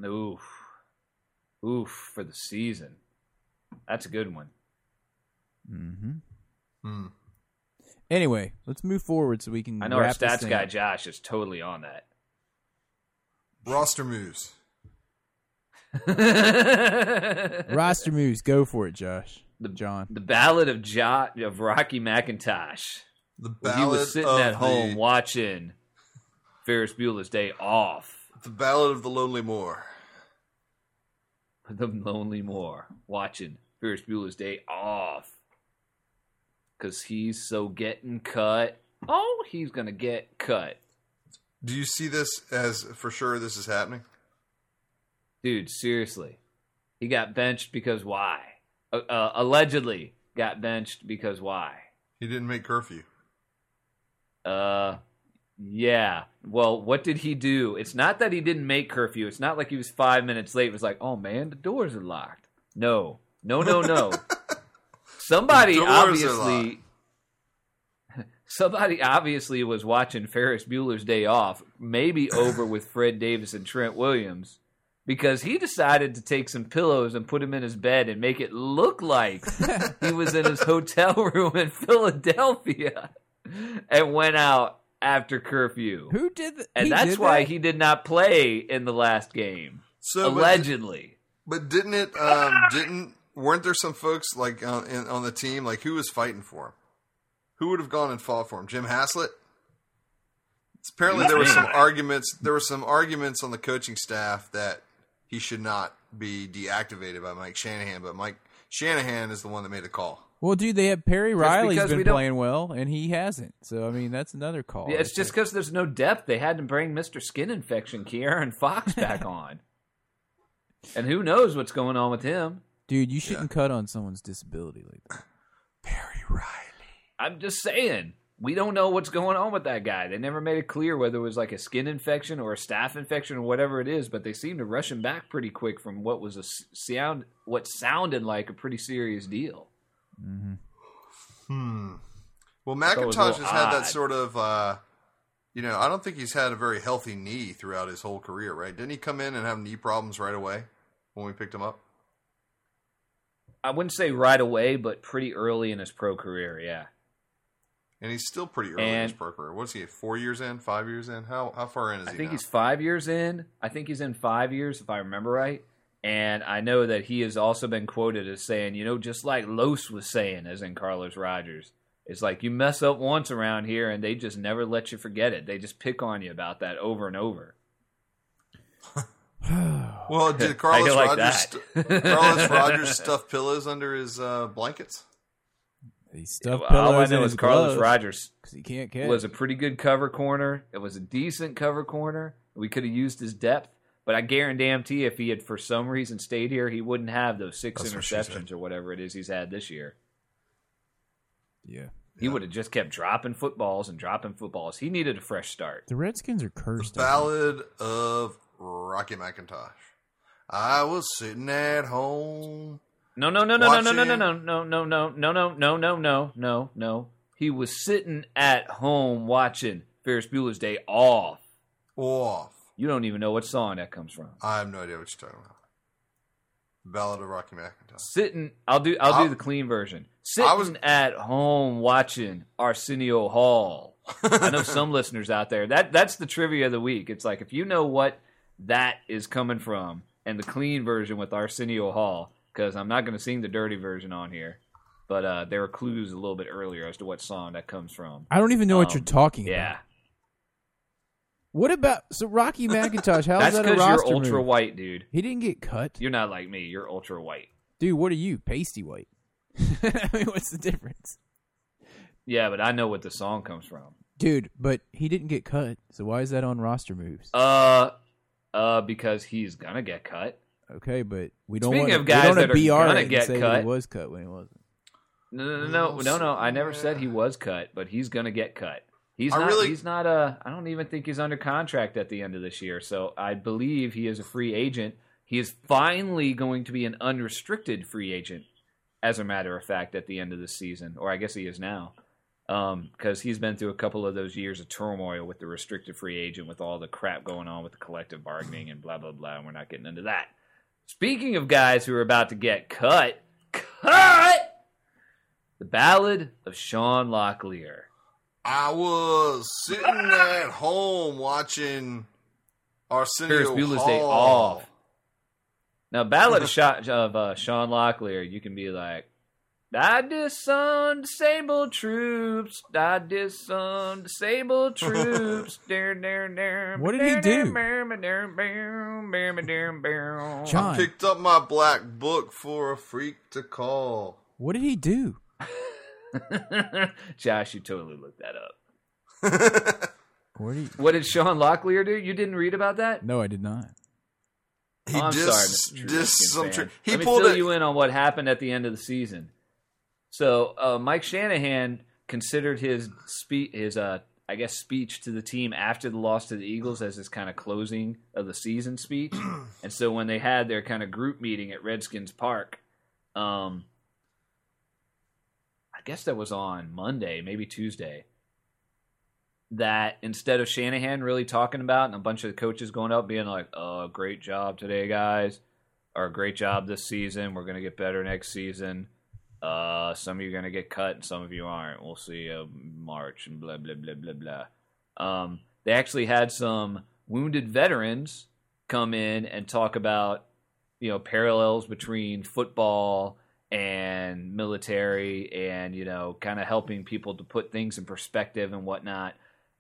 D: Oof, oof for the season. That's a good one.
C: Mm-hmm.
F: Hmm.
C: Anyway, let's move forward so we can.
D: I know our
C: wrap this
D: stats
C: thing
D: guy <laughs>
C: up.
D: Josh is totally on that.
F: Roster moves.
D: the
C: Roster moves. Go for it, Josh. John.
D: Ballad of Jot of Rocky McIntosh.
F: The
D: When he
F: ballad
D: was sitting
F: of
D: at home
F: the,
D: watching Ferris Bueller's Day Off. <laughs>
F: the ballad of the lonely moor.
D: The Lonely Moor watching Ferris Bueller's Day Off. Cause he's so getting cut. Oh, he's gonna get cut.
F: Do you see this as for sure? This is happening.
D: Dude, seriously. He got benched because why? Uh, uh, allegedly got benched because why?
F: He didn't make curfew.
D: Uh, yeah. Well, what did he do? It's not that he didn't make curfew. It's not like he was five minutes late. It was like, oh man, the doors are locked. No, no, no,
F: <laughs>
D: no. somebody
F: The doors are
D: obviously, <laughs> somebody obviously was watching Ferris Bueller's Day Off, maybe over with Fred Davis and Trent Williams. Because he decided to take some pillows and put them in his bed and make it look like he was in
C: <laughs>
D: his hotel room in Philadelphia and went out after curfew.
C: Who did? The,
D: and
C: he
D: that's
C: did
D: why
C: that?
D: he did not play in the last game.
F: So but-
D: allegedly.
F: But, didn't it? Um, <laughs> didn't weren't there some folks like on, in, on the team? Like who was fighting for him? Who would have gone and fought for him? Jim Haslett. It's apparently there were some arguments. There were some arguments on the coaching staff that he should not be deactivated by Mike Shanahan. But Mike Shanahan is the one that made the call.
C: Well, dude, they have Perry Riley's
D: because we
C: been
D: don't-
C: playing well, and he hasn't. So I mean, that's another call.
D: Yeah, it's
C: right
D: just
C: there.
D: because there's no depth. They had to bring Mr. Skin Infection Kieran Fox
C: <laughs>
D: back on. And who knows what's going on with him.
C: dude, you shouldn't cut on someone's disability like that.
F: Perry Riley.
D: I'm just saying. We don't know what's going on with that guy. They never made it clear whether it was like a skin infection or a staph infection or whatever it is, but they seem to rush him back pretty quick from what was a s- sound what sounded like a pretty serious deal.
C: Mm-hmm.
F: Hmm. Well,
D: it was a
F: McIntosh
D: little
F: has had
D: odd.
F: that sort of, uh, you know, I don't think he's had a very healthy knee throughout his whole career, right? Didn't he come in and have knee problems right away when we picked him up?
D: I wouldn't say right away, but pretty early in his pro career, yeah.
F: And he's still pretty early in his
D: And-
F: pro career. What's he? Four years in? Five years in? How how far in is
D: I
F: he?
D: think
F: now?
D: he's five years in. I think he's in five years, if I remember right. And I know that he has also been quoted as saying, you know, just like Los was saying, as in Carlos Rogers, it's like you mess up once around here and they just never let you forget it. They just pick on you about that over and over.
F: <laughs> Well,
D: <laughs>
F: did
D: I
F: Carlos
D: feel like
F: Rogers
D: that. <laughs>
F: st- Carlos Rogers stuff pillows under his uh, blankets?
C: He stuffed
D: All I
C: pillows in
D: know
C: his
D: is Carlos
C: gloves
D: Rogers
C: 'cause he can't catch.
D: was a pretty good cover corner. It was a decent cover corner. We could have used his depth, but I guarantee if he had for some reason stayed here, he wouldn't have those six
F: That's what she
D: interceptions or whatever it is he's had this year.
C: yeah,
D: He would have just kept dropping footballs and dropping footballs. He needed a fresh start.
C: the Redskins are cursed. I think.
F: Ballad of Rocky McIntosh. I was sitting at home.
D: No, no, no, no, no, no, no,
F: Watching-
D: no, no, no, no, no, no, no, no, no, no, no. He was sitting at home watching Ferris Bueller's Day Off.
F: Off.
D: You don't even know what song that comes from.
F: I have no idea what you're talking about. Ballad of Rocky McIntosh.
D: Sitting, I'll do, I'll
F: I-
D: do the clean version. Sitting
F: I was-
D: at home watching Arsenio Hall. <laughs> I know some listeners out there that that's the trivia of the week. It's like if you know what that is coming from, and the clean version with Arsenio Hall, because I'm not going to sing the dirty version on here, but uh, there are clues a little bit earlier as to what song that comes from.
C: I don't even know what
D: Um,
C: you're talking
D: Yeah,
C: about. What about
D: <laughs>
C: so Rocky McIntosh? How is
D: that's
C: that a
D: because you're
C: roster
D: ultra
C: move?
D: white, dude.
C: He didn't get cut,
D: You're not like me. You're ultra white.
C: dude. What are you, pasty white? <laughs> I mean, what's the difference,
D: Yeah, but I know what the song comes from.
C: dude? But he didn't get cut, so why is that on roster moves?
D: Uh, uh, because he's gonna get cut.
C: okay, but we don't
D: speaking
C: want to
D: of guys
C: we
D: that
C: don't
D: are
C: be
D: gonna
C: alright and
D: get
C: say that
D: cut.
C: he was cut when he wasn't.
D: No, no, no, no, no, no. I never said he was cut, but he's gonna get cut. He's
F: I
D: not.
F: really-
D: He's not. Uh, I don't even think he's under contract at the end of this year. So I believe he is a free agent. He is finally going to be an unrestricted free agent, as a matter of fact, at the end of this season, or I guess he is now, because he's been through a couple of those years of turmoil with the restricted free agent, with all the crap going on with the collective bargaining and blah blah blah. And we're not getting into that. Speaking of guys who are about to get cut, cut. The Ballad of Sean Locklear.
F: I was sitting at home watching Arsenio
D: Ferris Bueller's
F: Hall.
D: Day Off. Now, Battle
C: <laughs>
D: of, the shot of uh, Sean Locklear, you can be like, I disown disabled troops. I disown
C: <laughs>
D: disabled troops. Dare, dare, dare.
C: What did he
D: Dare,
C: do?
D: dare, dare, dare, dare, dare, dare, dare.
C: John,
F: Picked up my black book for a freak to call. <laughs>
C: what did he do?
D: <laughs> Josh, you totally looked that up.
C: What did he...
D: What did Sean Locklear do? You didn't read about that?
C: <laughs> No, I did not.
F: He
D: I'm
F: dis-
D: sorry, Mr. Trubisky
F: dis-
D: fan.
F: some tr- he
D: Let me
F: pulled
D: fill
F: it.
D: you in on what happened at the end of the season. So uh, Mike Shanahan considered his spe- his uh, I guess speech to the team after the loss to the Eagles as his kind of closing of the season
F: <clears throat>
D: speech. and so when they had their kind of group meeting at Redskins Park, um, I guess that was on Monday, maybe Tuesday. That instead of Shanahan really talking about and a bunch of the coaches going up being like, "Oh, great job today, guys," or "Great job this season. We're gonna get better next season." Uh, some of you are gonna get cut, and some of you aren't. We'll see you in March and blah blah blah blah blah. Um, they actually had some wounded veterans come in and talk about you know parallels between football and military and you know kind of helping people to put things in perspective and whatnot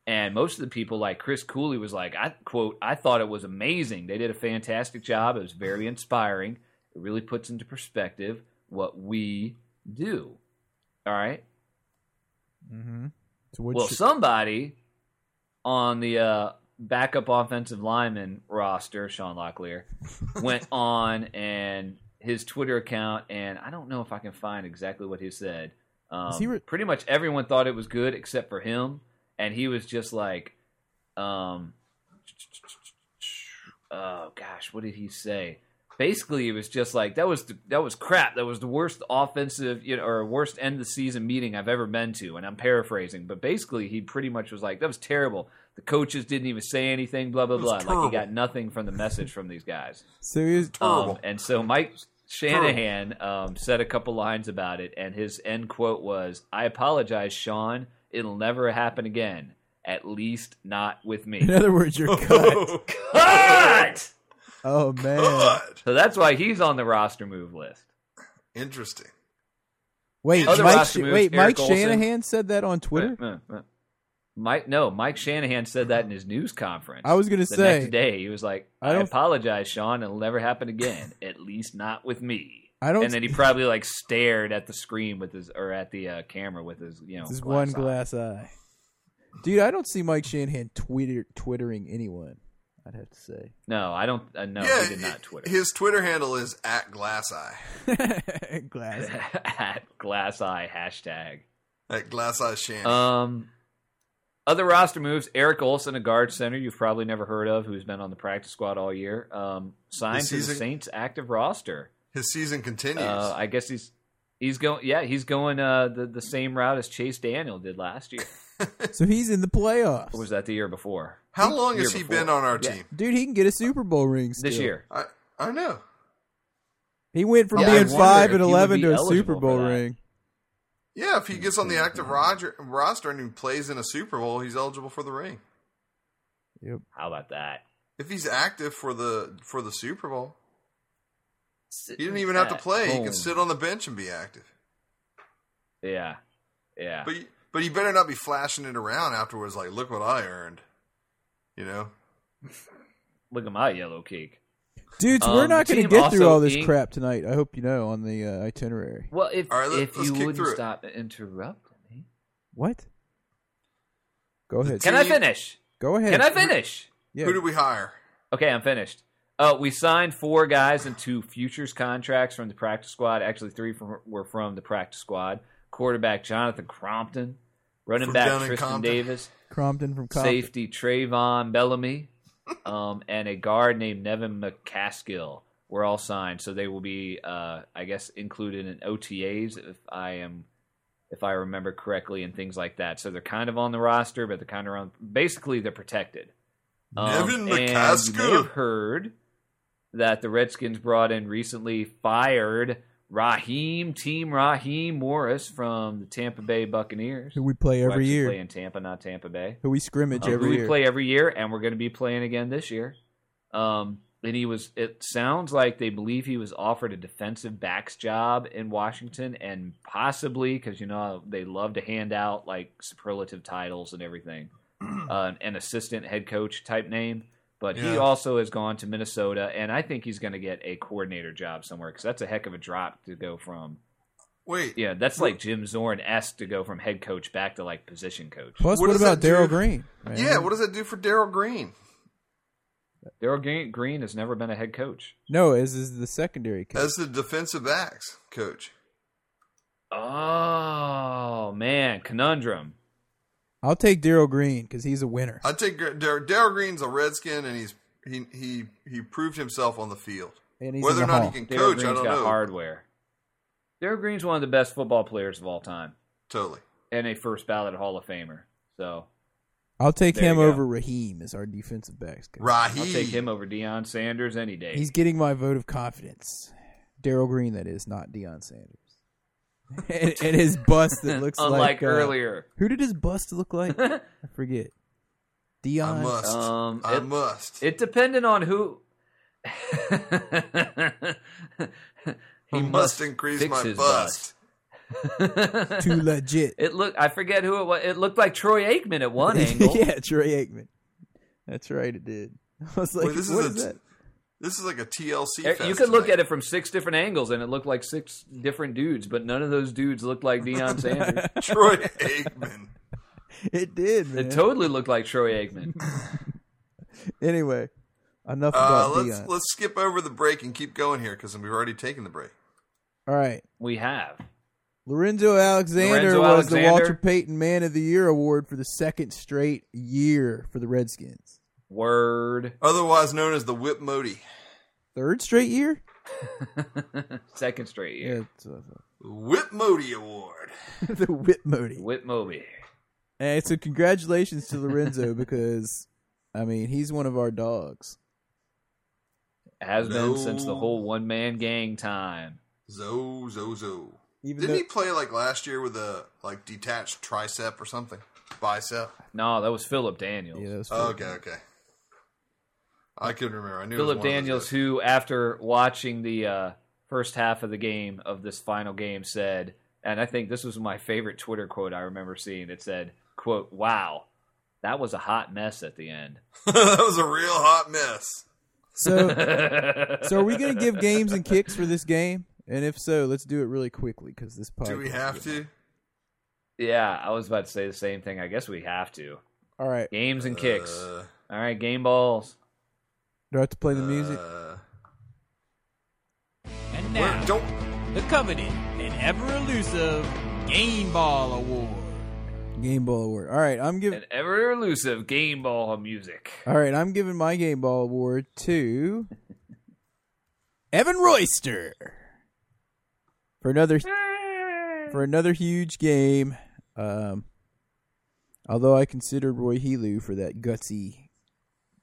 D: and most of the people like chris cooley was like i quote i thought it was amazing they did a fantastic job it was very inspiring it really puts into perspective what we do all right
C: Mm-hmm. So what?
D: well,
C: sh-
D: somebody on the uh, backup offensive lineman roster, Sean Locklear, went on and his Twitter account, and I don't know if I can find exactly what he said. Um,
C: Is he re-
D: pretty much everyone thought it was good except for him, and he was just like, um, oh gosh, what did he say? Basically, it was just like that was the, that was crap. That was the worst offensive you know, or worst end of the season meeting I've ever been to, and I'm paraphrasing. But basically, he pretty much was like, "That was terrible." The coaches didn't even say anything. Blah blah
F: It was
D: blah. Like
F: terrible.
D: he got nothing from the message from these guys.
C: so he
D: <laughs>
C: was.
F: Terrible.
D: Um, and so Mike Shanahan um, said a couple lines about it, and his end quote was, "I apologize, Sean. It'll never happen again. At least not with me." <laughs>
C: <laughs> In other words, you're cut.
D: Cut!
C: oh
D: <laughs>
C: man.
F: God.
D: So that's why he's on the roster move list.
F: Interesting.
C: Wait,
D: Other
C: Mike.
D: roster
C: Sh-
D: moves,
C: wait,
D: Eric
C: Mike
D: Olson.
C: Shanahan said that on Twitter.
D: Uh, uh, uh. Mike, no, Mike Shanahan said that in his news conference.
C: I was gonna
D: the
C: say.
D: next day, he was like,
C: I
D: "I,
C: don't-
D: apologize, Sean. It'll never happen again. At least not with me."
C: I don't-
D: And then he probably like stared at the screen with his or at the uh, camera with his you know
C: This is
D: glass
C: one
D: on.
C: glass eye. Dude, I don't see Mike Shanahan Twitter twittering anyone. I'd have to say.
D: No, I don't. Uh, no,
F: yeah,
D: he did not Twitter.
F: His Twitter handle is at Glass Eye.
C: <laughs> glass.
D: <laughs> at glass eye hashtag.
F: At Glass Eye Shannon.
D: Um, other roster moves: Eric Olson, a guard center you've probably never heard of, who's been on the practice squad all year, um, signed
F: This
D: to the
F: season?
D: Saints' active roster.
F: his season continues.
D: Uh, I guess he's he's going. Yeah, he's going uh, the the same route as Chase Daniel did last
F: <laughs>
D: year.
C: So he's in the playoffs.
D: Or was that the year before?
F: How long has
D: year
F: he
D: before.
F: been on our
D: Yeah.
F: team?
C: Dude, he can get a Super Bowl ring.
D: This
C: still.
D: year.
F: I I know.
C: He went from
D: Yeah, I
C: being
D: wonder
C: five
D: if
C: and
D: he would
C: eleven
D: be
C: to a
D: eligible
C: Super
D: for
C: Bowl
D: that.
C: ring.
F: Yeah, if he gets on the active roger, roster and he plays in a Super Bowl, he's eligible for the ring.
D: How about that?
F: If he's active for the for the Super Bowl, he didn't even have to play. He
D: Boom.
F: can sit on the bench and be active.
D: Yeah, yeah.
F: But but you better not be flashing it around afterwards. Like, look what I earned. You know,
D: Look at my yellow cake.
C: Dudes,
D: Um,
C: we're not
D: the
C: going to
D: team
C: get through
D: also
C: all this
D: inked-
C: crap tonight. I hope you know on the uh, itinerary.
D: Well, if
F: All right, let-
D: if
F: let's
D: you
F: kick
D: wouldn't
F: through it.
D: stop interrupting me,
C: What? Go ahead.
D: can I
F: team-
D: finish?
C: Go ahead.
D: Can I finish?
C: Yeah.
F: who did we hire?
D: Okay, I'm finished. Uh, we signed four guys into futures contracts from the practice squad. Actually, three from, were from the practice squad. Quarterback Jonathan Crompton, running
F: From down
D: back
F: in
D: Tristan
F: Compton.
D: Davis,
C: Crompton from Compton.
D: safety Trayvon Bellamy, <laughs> um, and a guard named Nevin McCaskill were all signed. So they will be, uh, I guess, included in OTAs if I am, if I remember correctly, and things like that. So they're kind of on the roster, but they're kind of on. Basically, they're protected. Um,
F: Nevin
D: and You may have
F: McCaskill.
D: heard that the Redskins brought in recently fired Raheem Team Raheem Morris from the Tampa Bay Buccaneers.
C: Who we play every
D: Actually
C: year.
D: play in Tampa, not Tampa Bay.
C: Who we scrimmage
D: Um, who
C: every
D: we
C: year.
D: play every year, and we're going to be playing again this year. Um, and he was. It sounds like they believe he was offered a defensive backs job in Washington, and possibly because you know they love to hand out like superlative titles and everything, uh, an assistant head coach type name. But he
F: Yeah.
D: also has gone to Minnesota, and I think he's going to get a coordinator job somewhere because that's a heck of a drop to go from.
F: Wait,
D: Yeah, that's like Jim Zorn esque to go from head coach back to like position coach.
C: Plus,
F: What
C: what,
F: does
C: about
F: that do-
C: Daryl Green? man?
F: yeah. What does that do for Daryl Green?
D: Daryl Green- Green has never been a head coach.
C: no, as is the secondary coach.
F: As the defensive backs coach,
D: Oh man, conundrum. Uh,
C: I'll take Daryl Green because he's a winner.
F: I take Gr- Dar- Daryl Green's a Redskin, and he's he he he proved himself on the field.
C: And he's
F: Whether or
C: in the
F: not
C: Hall.
F: he can
D: Daryl
F: coach,
D: Green's
F: I don't
D: got
F: know.
D: hardware. Daryl Green's one of the best football players of all time
F: Totally.
D: and a first ballot Hall of Famer. So
C: I'll take
D: There
C: him
D: you go.
C: over Raheem as our defensive backs coach.
F: Raheem.
D: I'll take him over Deion Sanders any day.
C: He's getting my vote of confidence. Daryl Green, that is, not Deion Sanders.
D: <laughs>
C: and, and his bust that looks
D: Unlike
C: like uh,
D: earlier.
C: Who did his bust
D: <laughs>
C: look like? I forget.
F: I
C: Deion.
F: must.
D: Um,
F: I
D: it-
F: must.
D: It depended on
F: <laughs>
D: who
F: I
D: he
F: must, increase
D: fix
F: my
D: his
F: bust.
C: Too legit.
D: <laughs> It looked. I forget who it was. It looked like Troy Aikman at one angle.
C: <laughs> yeah, Trey Aikman. That's right, it did. <laughs> I was like,
F: Wait, this
C: what
F: is
C: is
F: a
C: that?
F: This is like a TLC.
D: Er,
F: Fest
D: You could look
F: tonight.
D: at it <laughs> from six different angles, and it looked like six different dudes, but none of those dudes looked like
C: <laughs>
D: Deion Sanders.
F: <laughs> Troy Aikman.
C: It did, man.
D: it totally looked like Troy Aikman.
C: anyway, enough
F: Uh,
C: about
F: let's
C: Deion.
F: let's skip over the break and keep going here because we've already taken the break.
C: All right.
D: We have.
C: Lorenzo Alexander
D: Lorenzo
C: was the
D: Alexander.
C: Walter Payton Man of the Year award for the second straight year for the Redskins.
D: Word. <laughs>
F: Otherwise known as the Whip Modi.
C: Third straight year?
D: Second straight year.
C: it's, uh,
F: Whip Modi Award.
C: <laughs> the Whip Modi.
D: Whit Moby.
C: And so congratulations to
H: <laughs>
C: Lorenzo because I mean he's one of our dogs.
D: Has
F: No.
D: been since the whole one man gang time.
F: Zo zo zo.
C: Even
F: Didn't
C: though
F: he play like last year with a like detached tricep or something? Bicep.
D: No, that was Philip Daniels.
C: yeah, that was
F: Oh,
C: fair.
F: okay, okay. I couldn't remember. I knew it was
D: Philip
F: one of those
D: Daniels,
F: guys.
D: who after watching the uh, first half of the game of this final game, said, and I think this was my favorite Twitter quote I remember seeing. It said, "quote Wow, that was a hot mess at the end."
F: <laughs> that was a real hot mess.
D: <laughs>
C: So so are we going to give games and kicks for this game? And if so, let's do it really quickly cuz this podcast
F: Do we have to?
D: yeah, I was about to say the same thing. I guess we have to
C: All right.
D: games and kicks.
F: Uh,
D: All right, game balls.
C: Do I have to play the music?
F: uh,
H: And
F: where-
H: now,
F: don't
H: the coveted and ever elusive Game Ball Award.
C: Game Ball Award. All right, I'm giving
D: An ever elusive game ball music.
C: All right, I'm giving my Game Ball Award to Evan Royster for another for another huge game. Um, although I consider Roy Helu for that gutsy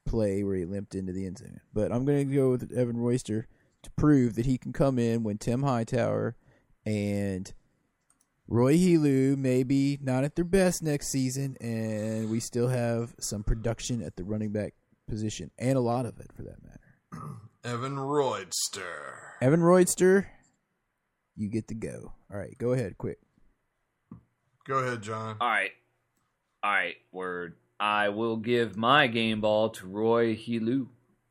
C: play where he limped into the end zone, but I'm going to go with Evan Royster to prove that he can come in when Tim Hightower and Roy Helu maybe not at their best next season, and we still have some production at the running back position, and a lot of it for that matter.
F: Evan Roydster.
C: Evan Roydster, you get to go. All right, go ahead, quick.
F: Go ahead, John.
D: All right. All right, word. I will give my game ball to Roy Helu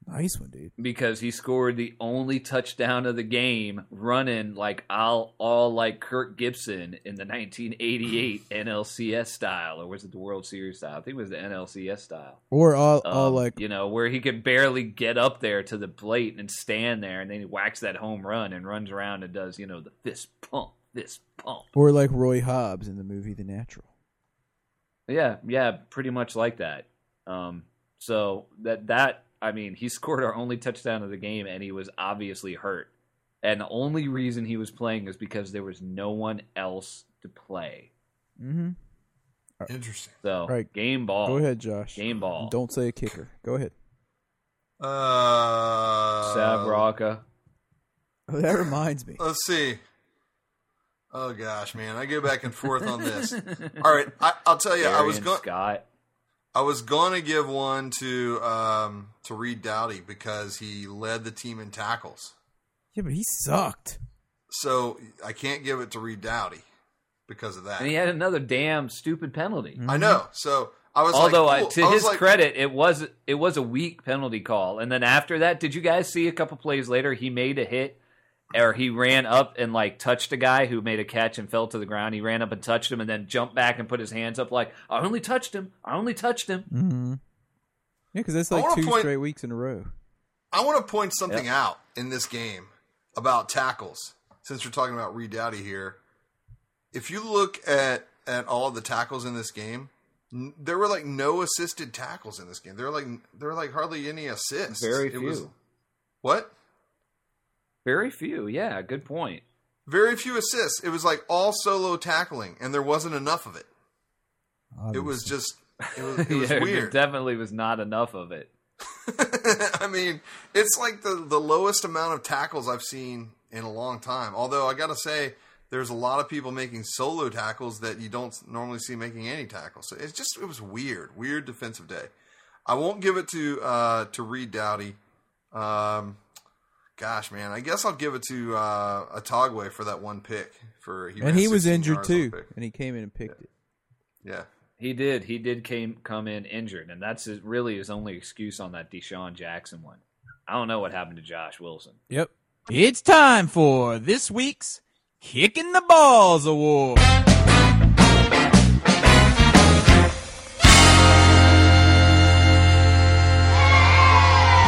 C: Nice one, dude.
D: because he scored the only touchdown of the game running like all, all like Kirk Gibson in the 1988 NLCS style or was it the World Series style? I think it was the NLCS style.
C: Or all, all
D: Um,
C: Uh, like
D: you know, where he could barely get up there to the plate and stand there and then he whacks that home run and runs around and does, you know, the fist pump, fist pump.
C: or like Roy Hobbs in the movie The Natural.
D: Yeah, yeah, pretty much like that. Um, so that that I mean, he <laughs> scored our only touchdown of the game, and he was obviously hurt. And the only reason he was playing is because there was no one else to play.
C: Mm-hmm.
F: Interesting.
D: So
C: Right.
D: game ball.
C: Go ahead, Josh.
D: Game ball.
C: Don't say a kicker. Go ahead.
F: Uh,
D: Savraka.
C: <laughs> Oh, that reminds me.
F: Let's see. Oh
D: <laughs>
F: gosh, man, I go back and forth on this. All right, I, I'll tell you, I was
D: Darian
F: going.
D: Scott.
F: I was gonna give one to um, to Reed Dowdy because he led the team in tackles.
C: <laughs> Yeah, but he sucked.
F: So I can't give it to Reed Dowdy because of that.
D: And he had another damn stupid penalty.
F: I know. So I was
D: Although,
F: like,
D: I,
F: cool.
D: to
F: I was
D: his
F: like,
D: credit, it was it was a weak penalty call. And then after that, did you guys see a couple plays later? He made a hit, or he ran up and like touched a guy who made a catch and fell to the ground. He ran up and touched him, and then jumped back and put his hands up like, "I only touched him. I only touched him."
C: Mm-hmm. Yeah, because that's
F: I
C: like
F: wanna
C: two
F: point-
C: straight weeks in a row.
F: I want to point something out in this game about tackles. Since we're talking about Reed Dowdy here, if you look at at all the tackles in this game, n- there were like no assisted tackles in this game. There were like there were like hardly any assists.
D: Very
F: It was-
D: few.
F: what?
D: Very few. Yeah, good point.
F: Very few assists. It was like all solo tackling, and there wasn't enough of it. It was just
D: <laughs>
F: it was, it was
D: Yeah,
F: weird.
D: There definitely was not enough of it.
F: <laughs> I mean, it's like the, the lowest amount of tackles I've seen in a long time. Although I gotta say, there's a lot of people making solo tackles that you don't normally see making any tackles. So it's just it was weird, weird defensive day. I won't give it to uh, to Reed Dowdy. Um, gosh, man, I guess I'll give it to uh, Atagwe for that one pick. For he ran
C: and he was
F: 16
C: injured
F: yards on
C: too,
F: pick.
C: and he came in and picked it.
F: Yeah,
D: He did. He did came come in injured, and that's his, really his only excuse on that Deshaun Jackson one. I don't know what happened to Josh Wilson. <laughs>
C: Yep.
H: It's time for this week's Kicking the Balls Award.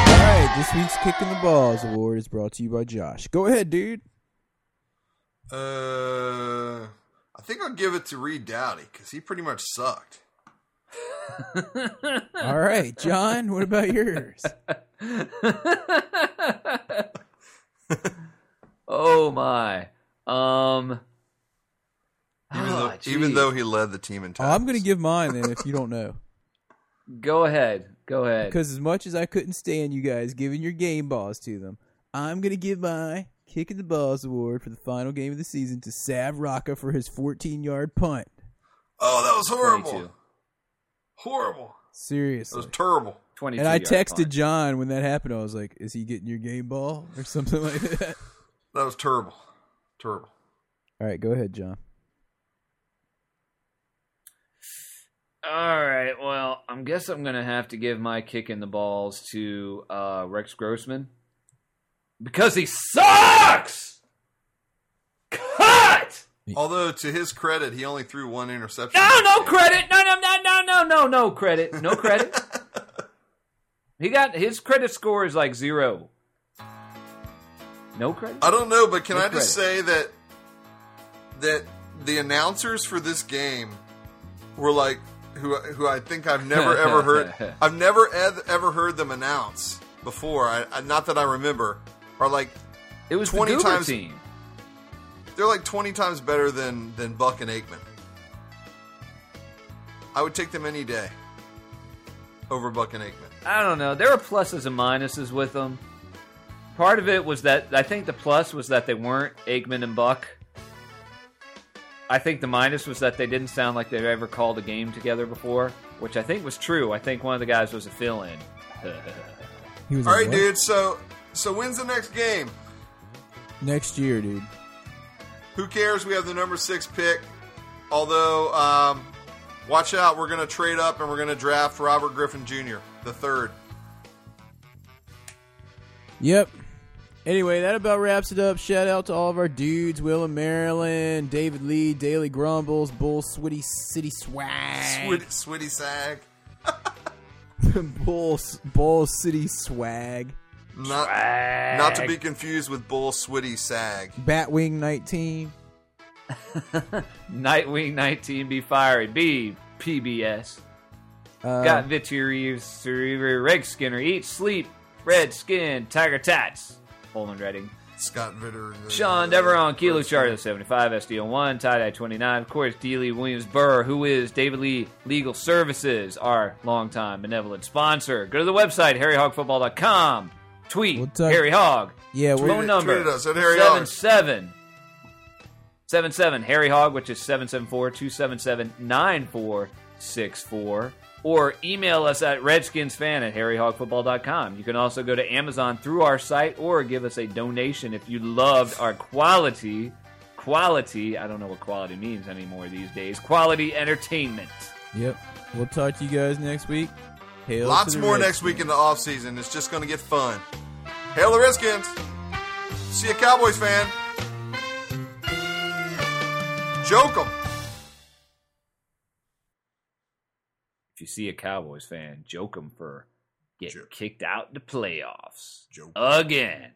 C: All right, this week's Kicking the Balls award is brought to you by Josh. Go ahead, dude.
F: uh, I think I'll give it to Reed Dowdy because he pretty much sucked.
C: All right, John. What about yours?
D: <laughs> oh my. Um
F: Even,
D: ah,
F: though, even
D: geez.
F: though he led the team in
C: Oh,
F: tackles.
C: I'm gonna give mine then if you don't know,
D: Go ahead. Go ahead.
C: because as much as I couldn't stand you guys giving your game balls to them, I'm gonna give my Kicking the Balls award for the final game of the season to Sav Rocca for his 14 yard punt.
F: Oh, that was horrible.
D: 22.
F: Horrible.
C: Seriously.
F: That was terrible.
D: 22
C: And I
D: yard
C: texted
D: punt.
C: John when that happened. I was like, "Is he getting your game ball <laughs> or something like that?"
F: That was terrible. Terrible.
C: All right, go ahead, John.
D: All right. Well, I am guess I'm going to have to give my kick in the balls to uh, Rex Grossman because he sucks. Cut.
F: Although to his credit, he only threw one interception.
D: No, no credit. No, no, no, no, no, no, no credit. No credit. he got his credit score is like zero. No credit.
F: <laughs> I don't know, but can
D: No
F: I just say that that the announcers for this game were like who who I think I've never ever
D: <laughs>
F: heard. I've never ev- ever heard them announce before. I, I not that I remember. Are like
D: It was
F: 20
D: the Goober
F: times-
D: team.
F: they're like 20 times better than than Buck and Aikman. I would take them any day over Buck and Aikman.
D: I don't know. There were pluses and minuses with them. Part of it was that I think the plus was that they weren't Aikman and Buck. I think the minus was that they didn't sound like they've ever called a game together before, which I think was true. I think one of the guys was a fill-in.
C: He was
F: All
C: like,
F: right,
C: "What?"
F: dude. So so when's the next game?
C: Next year, dude.
F: Who cares? We have the number six pick. Although, um, watch out. We're gonna trade up and we're gonna draft Robert Griffin Jr. the third.
C: Yep. Anyway, that about wraps it up. Shout out to all of our dudes: Will and Maryland, David Lee, Daily Grumbles, Bull, Switty City Swag,
F: Swid- Switty Sag.
C: <laughs> Bull, Bull City Swag,
F: Not not to be confused with Bull Switty Sag.
C: Batwing 19.
D: Nightwing 19 be fiery be PBS.
C: Uh,
D: Got Viturius, Cerebra, Reg Skinner, Eat, Sleep, Red Skin, Tiger Tats, Holman Redding,
F: Scott Vitter.
D: Sean Deveron, Kilo Charlie 75, SD01, Tie Dye 29, of course, D. Lee Williams Burr, who is David Lee Legal Services, our longtime benevolent sponsor. Go to the website, harryhogfootball.com. Tweet,
C: We'll talk-
D: Harry Hog.
C: Yeah,
D: Phone
C: we're,
F: Tweet it-
D: number,
F: tweet us at Harry Hog.
D: 77. 77 Harry Hog, which is 774 277 9464. or email us at redskinsfan at harryhogfootball.com. You can also go to Amazon through our site or give us a donation if you loved our quality, quality, I don't know what quality means anymore these days, quality entertainment.
C: Yep. We'll talk to you guys next week. Hail
F: Lots
C: to the
F: more
C: Redskins.
F: next week in the off season. It's just going to get fun. Hail the Redskins. See a Cowboys fan. Joke 'em.
D: If you see a Cowboys fan, joke them for getting
F: Joke.
D: kicked out in the playoffs
F: Joke.
D: again.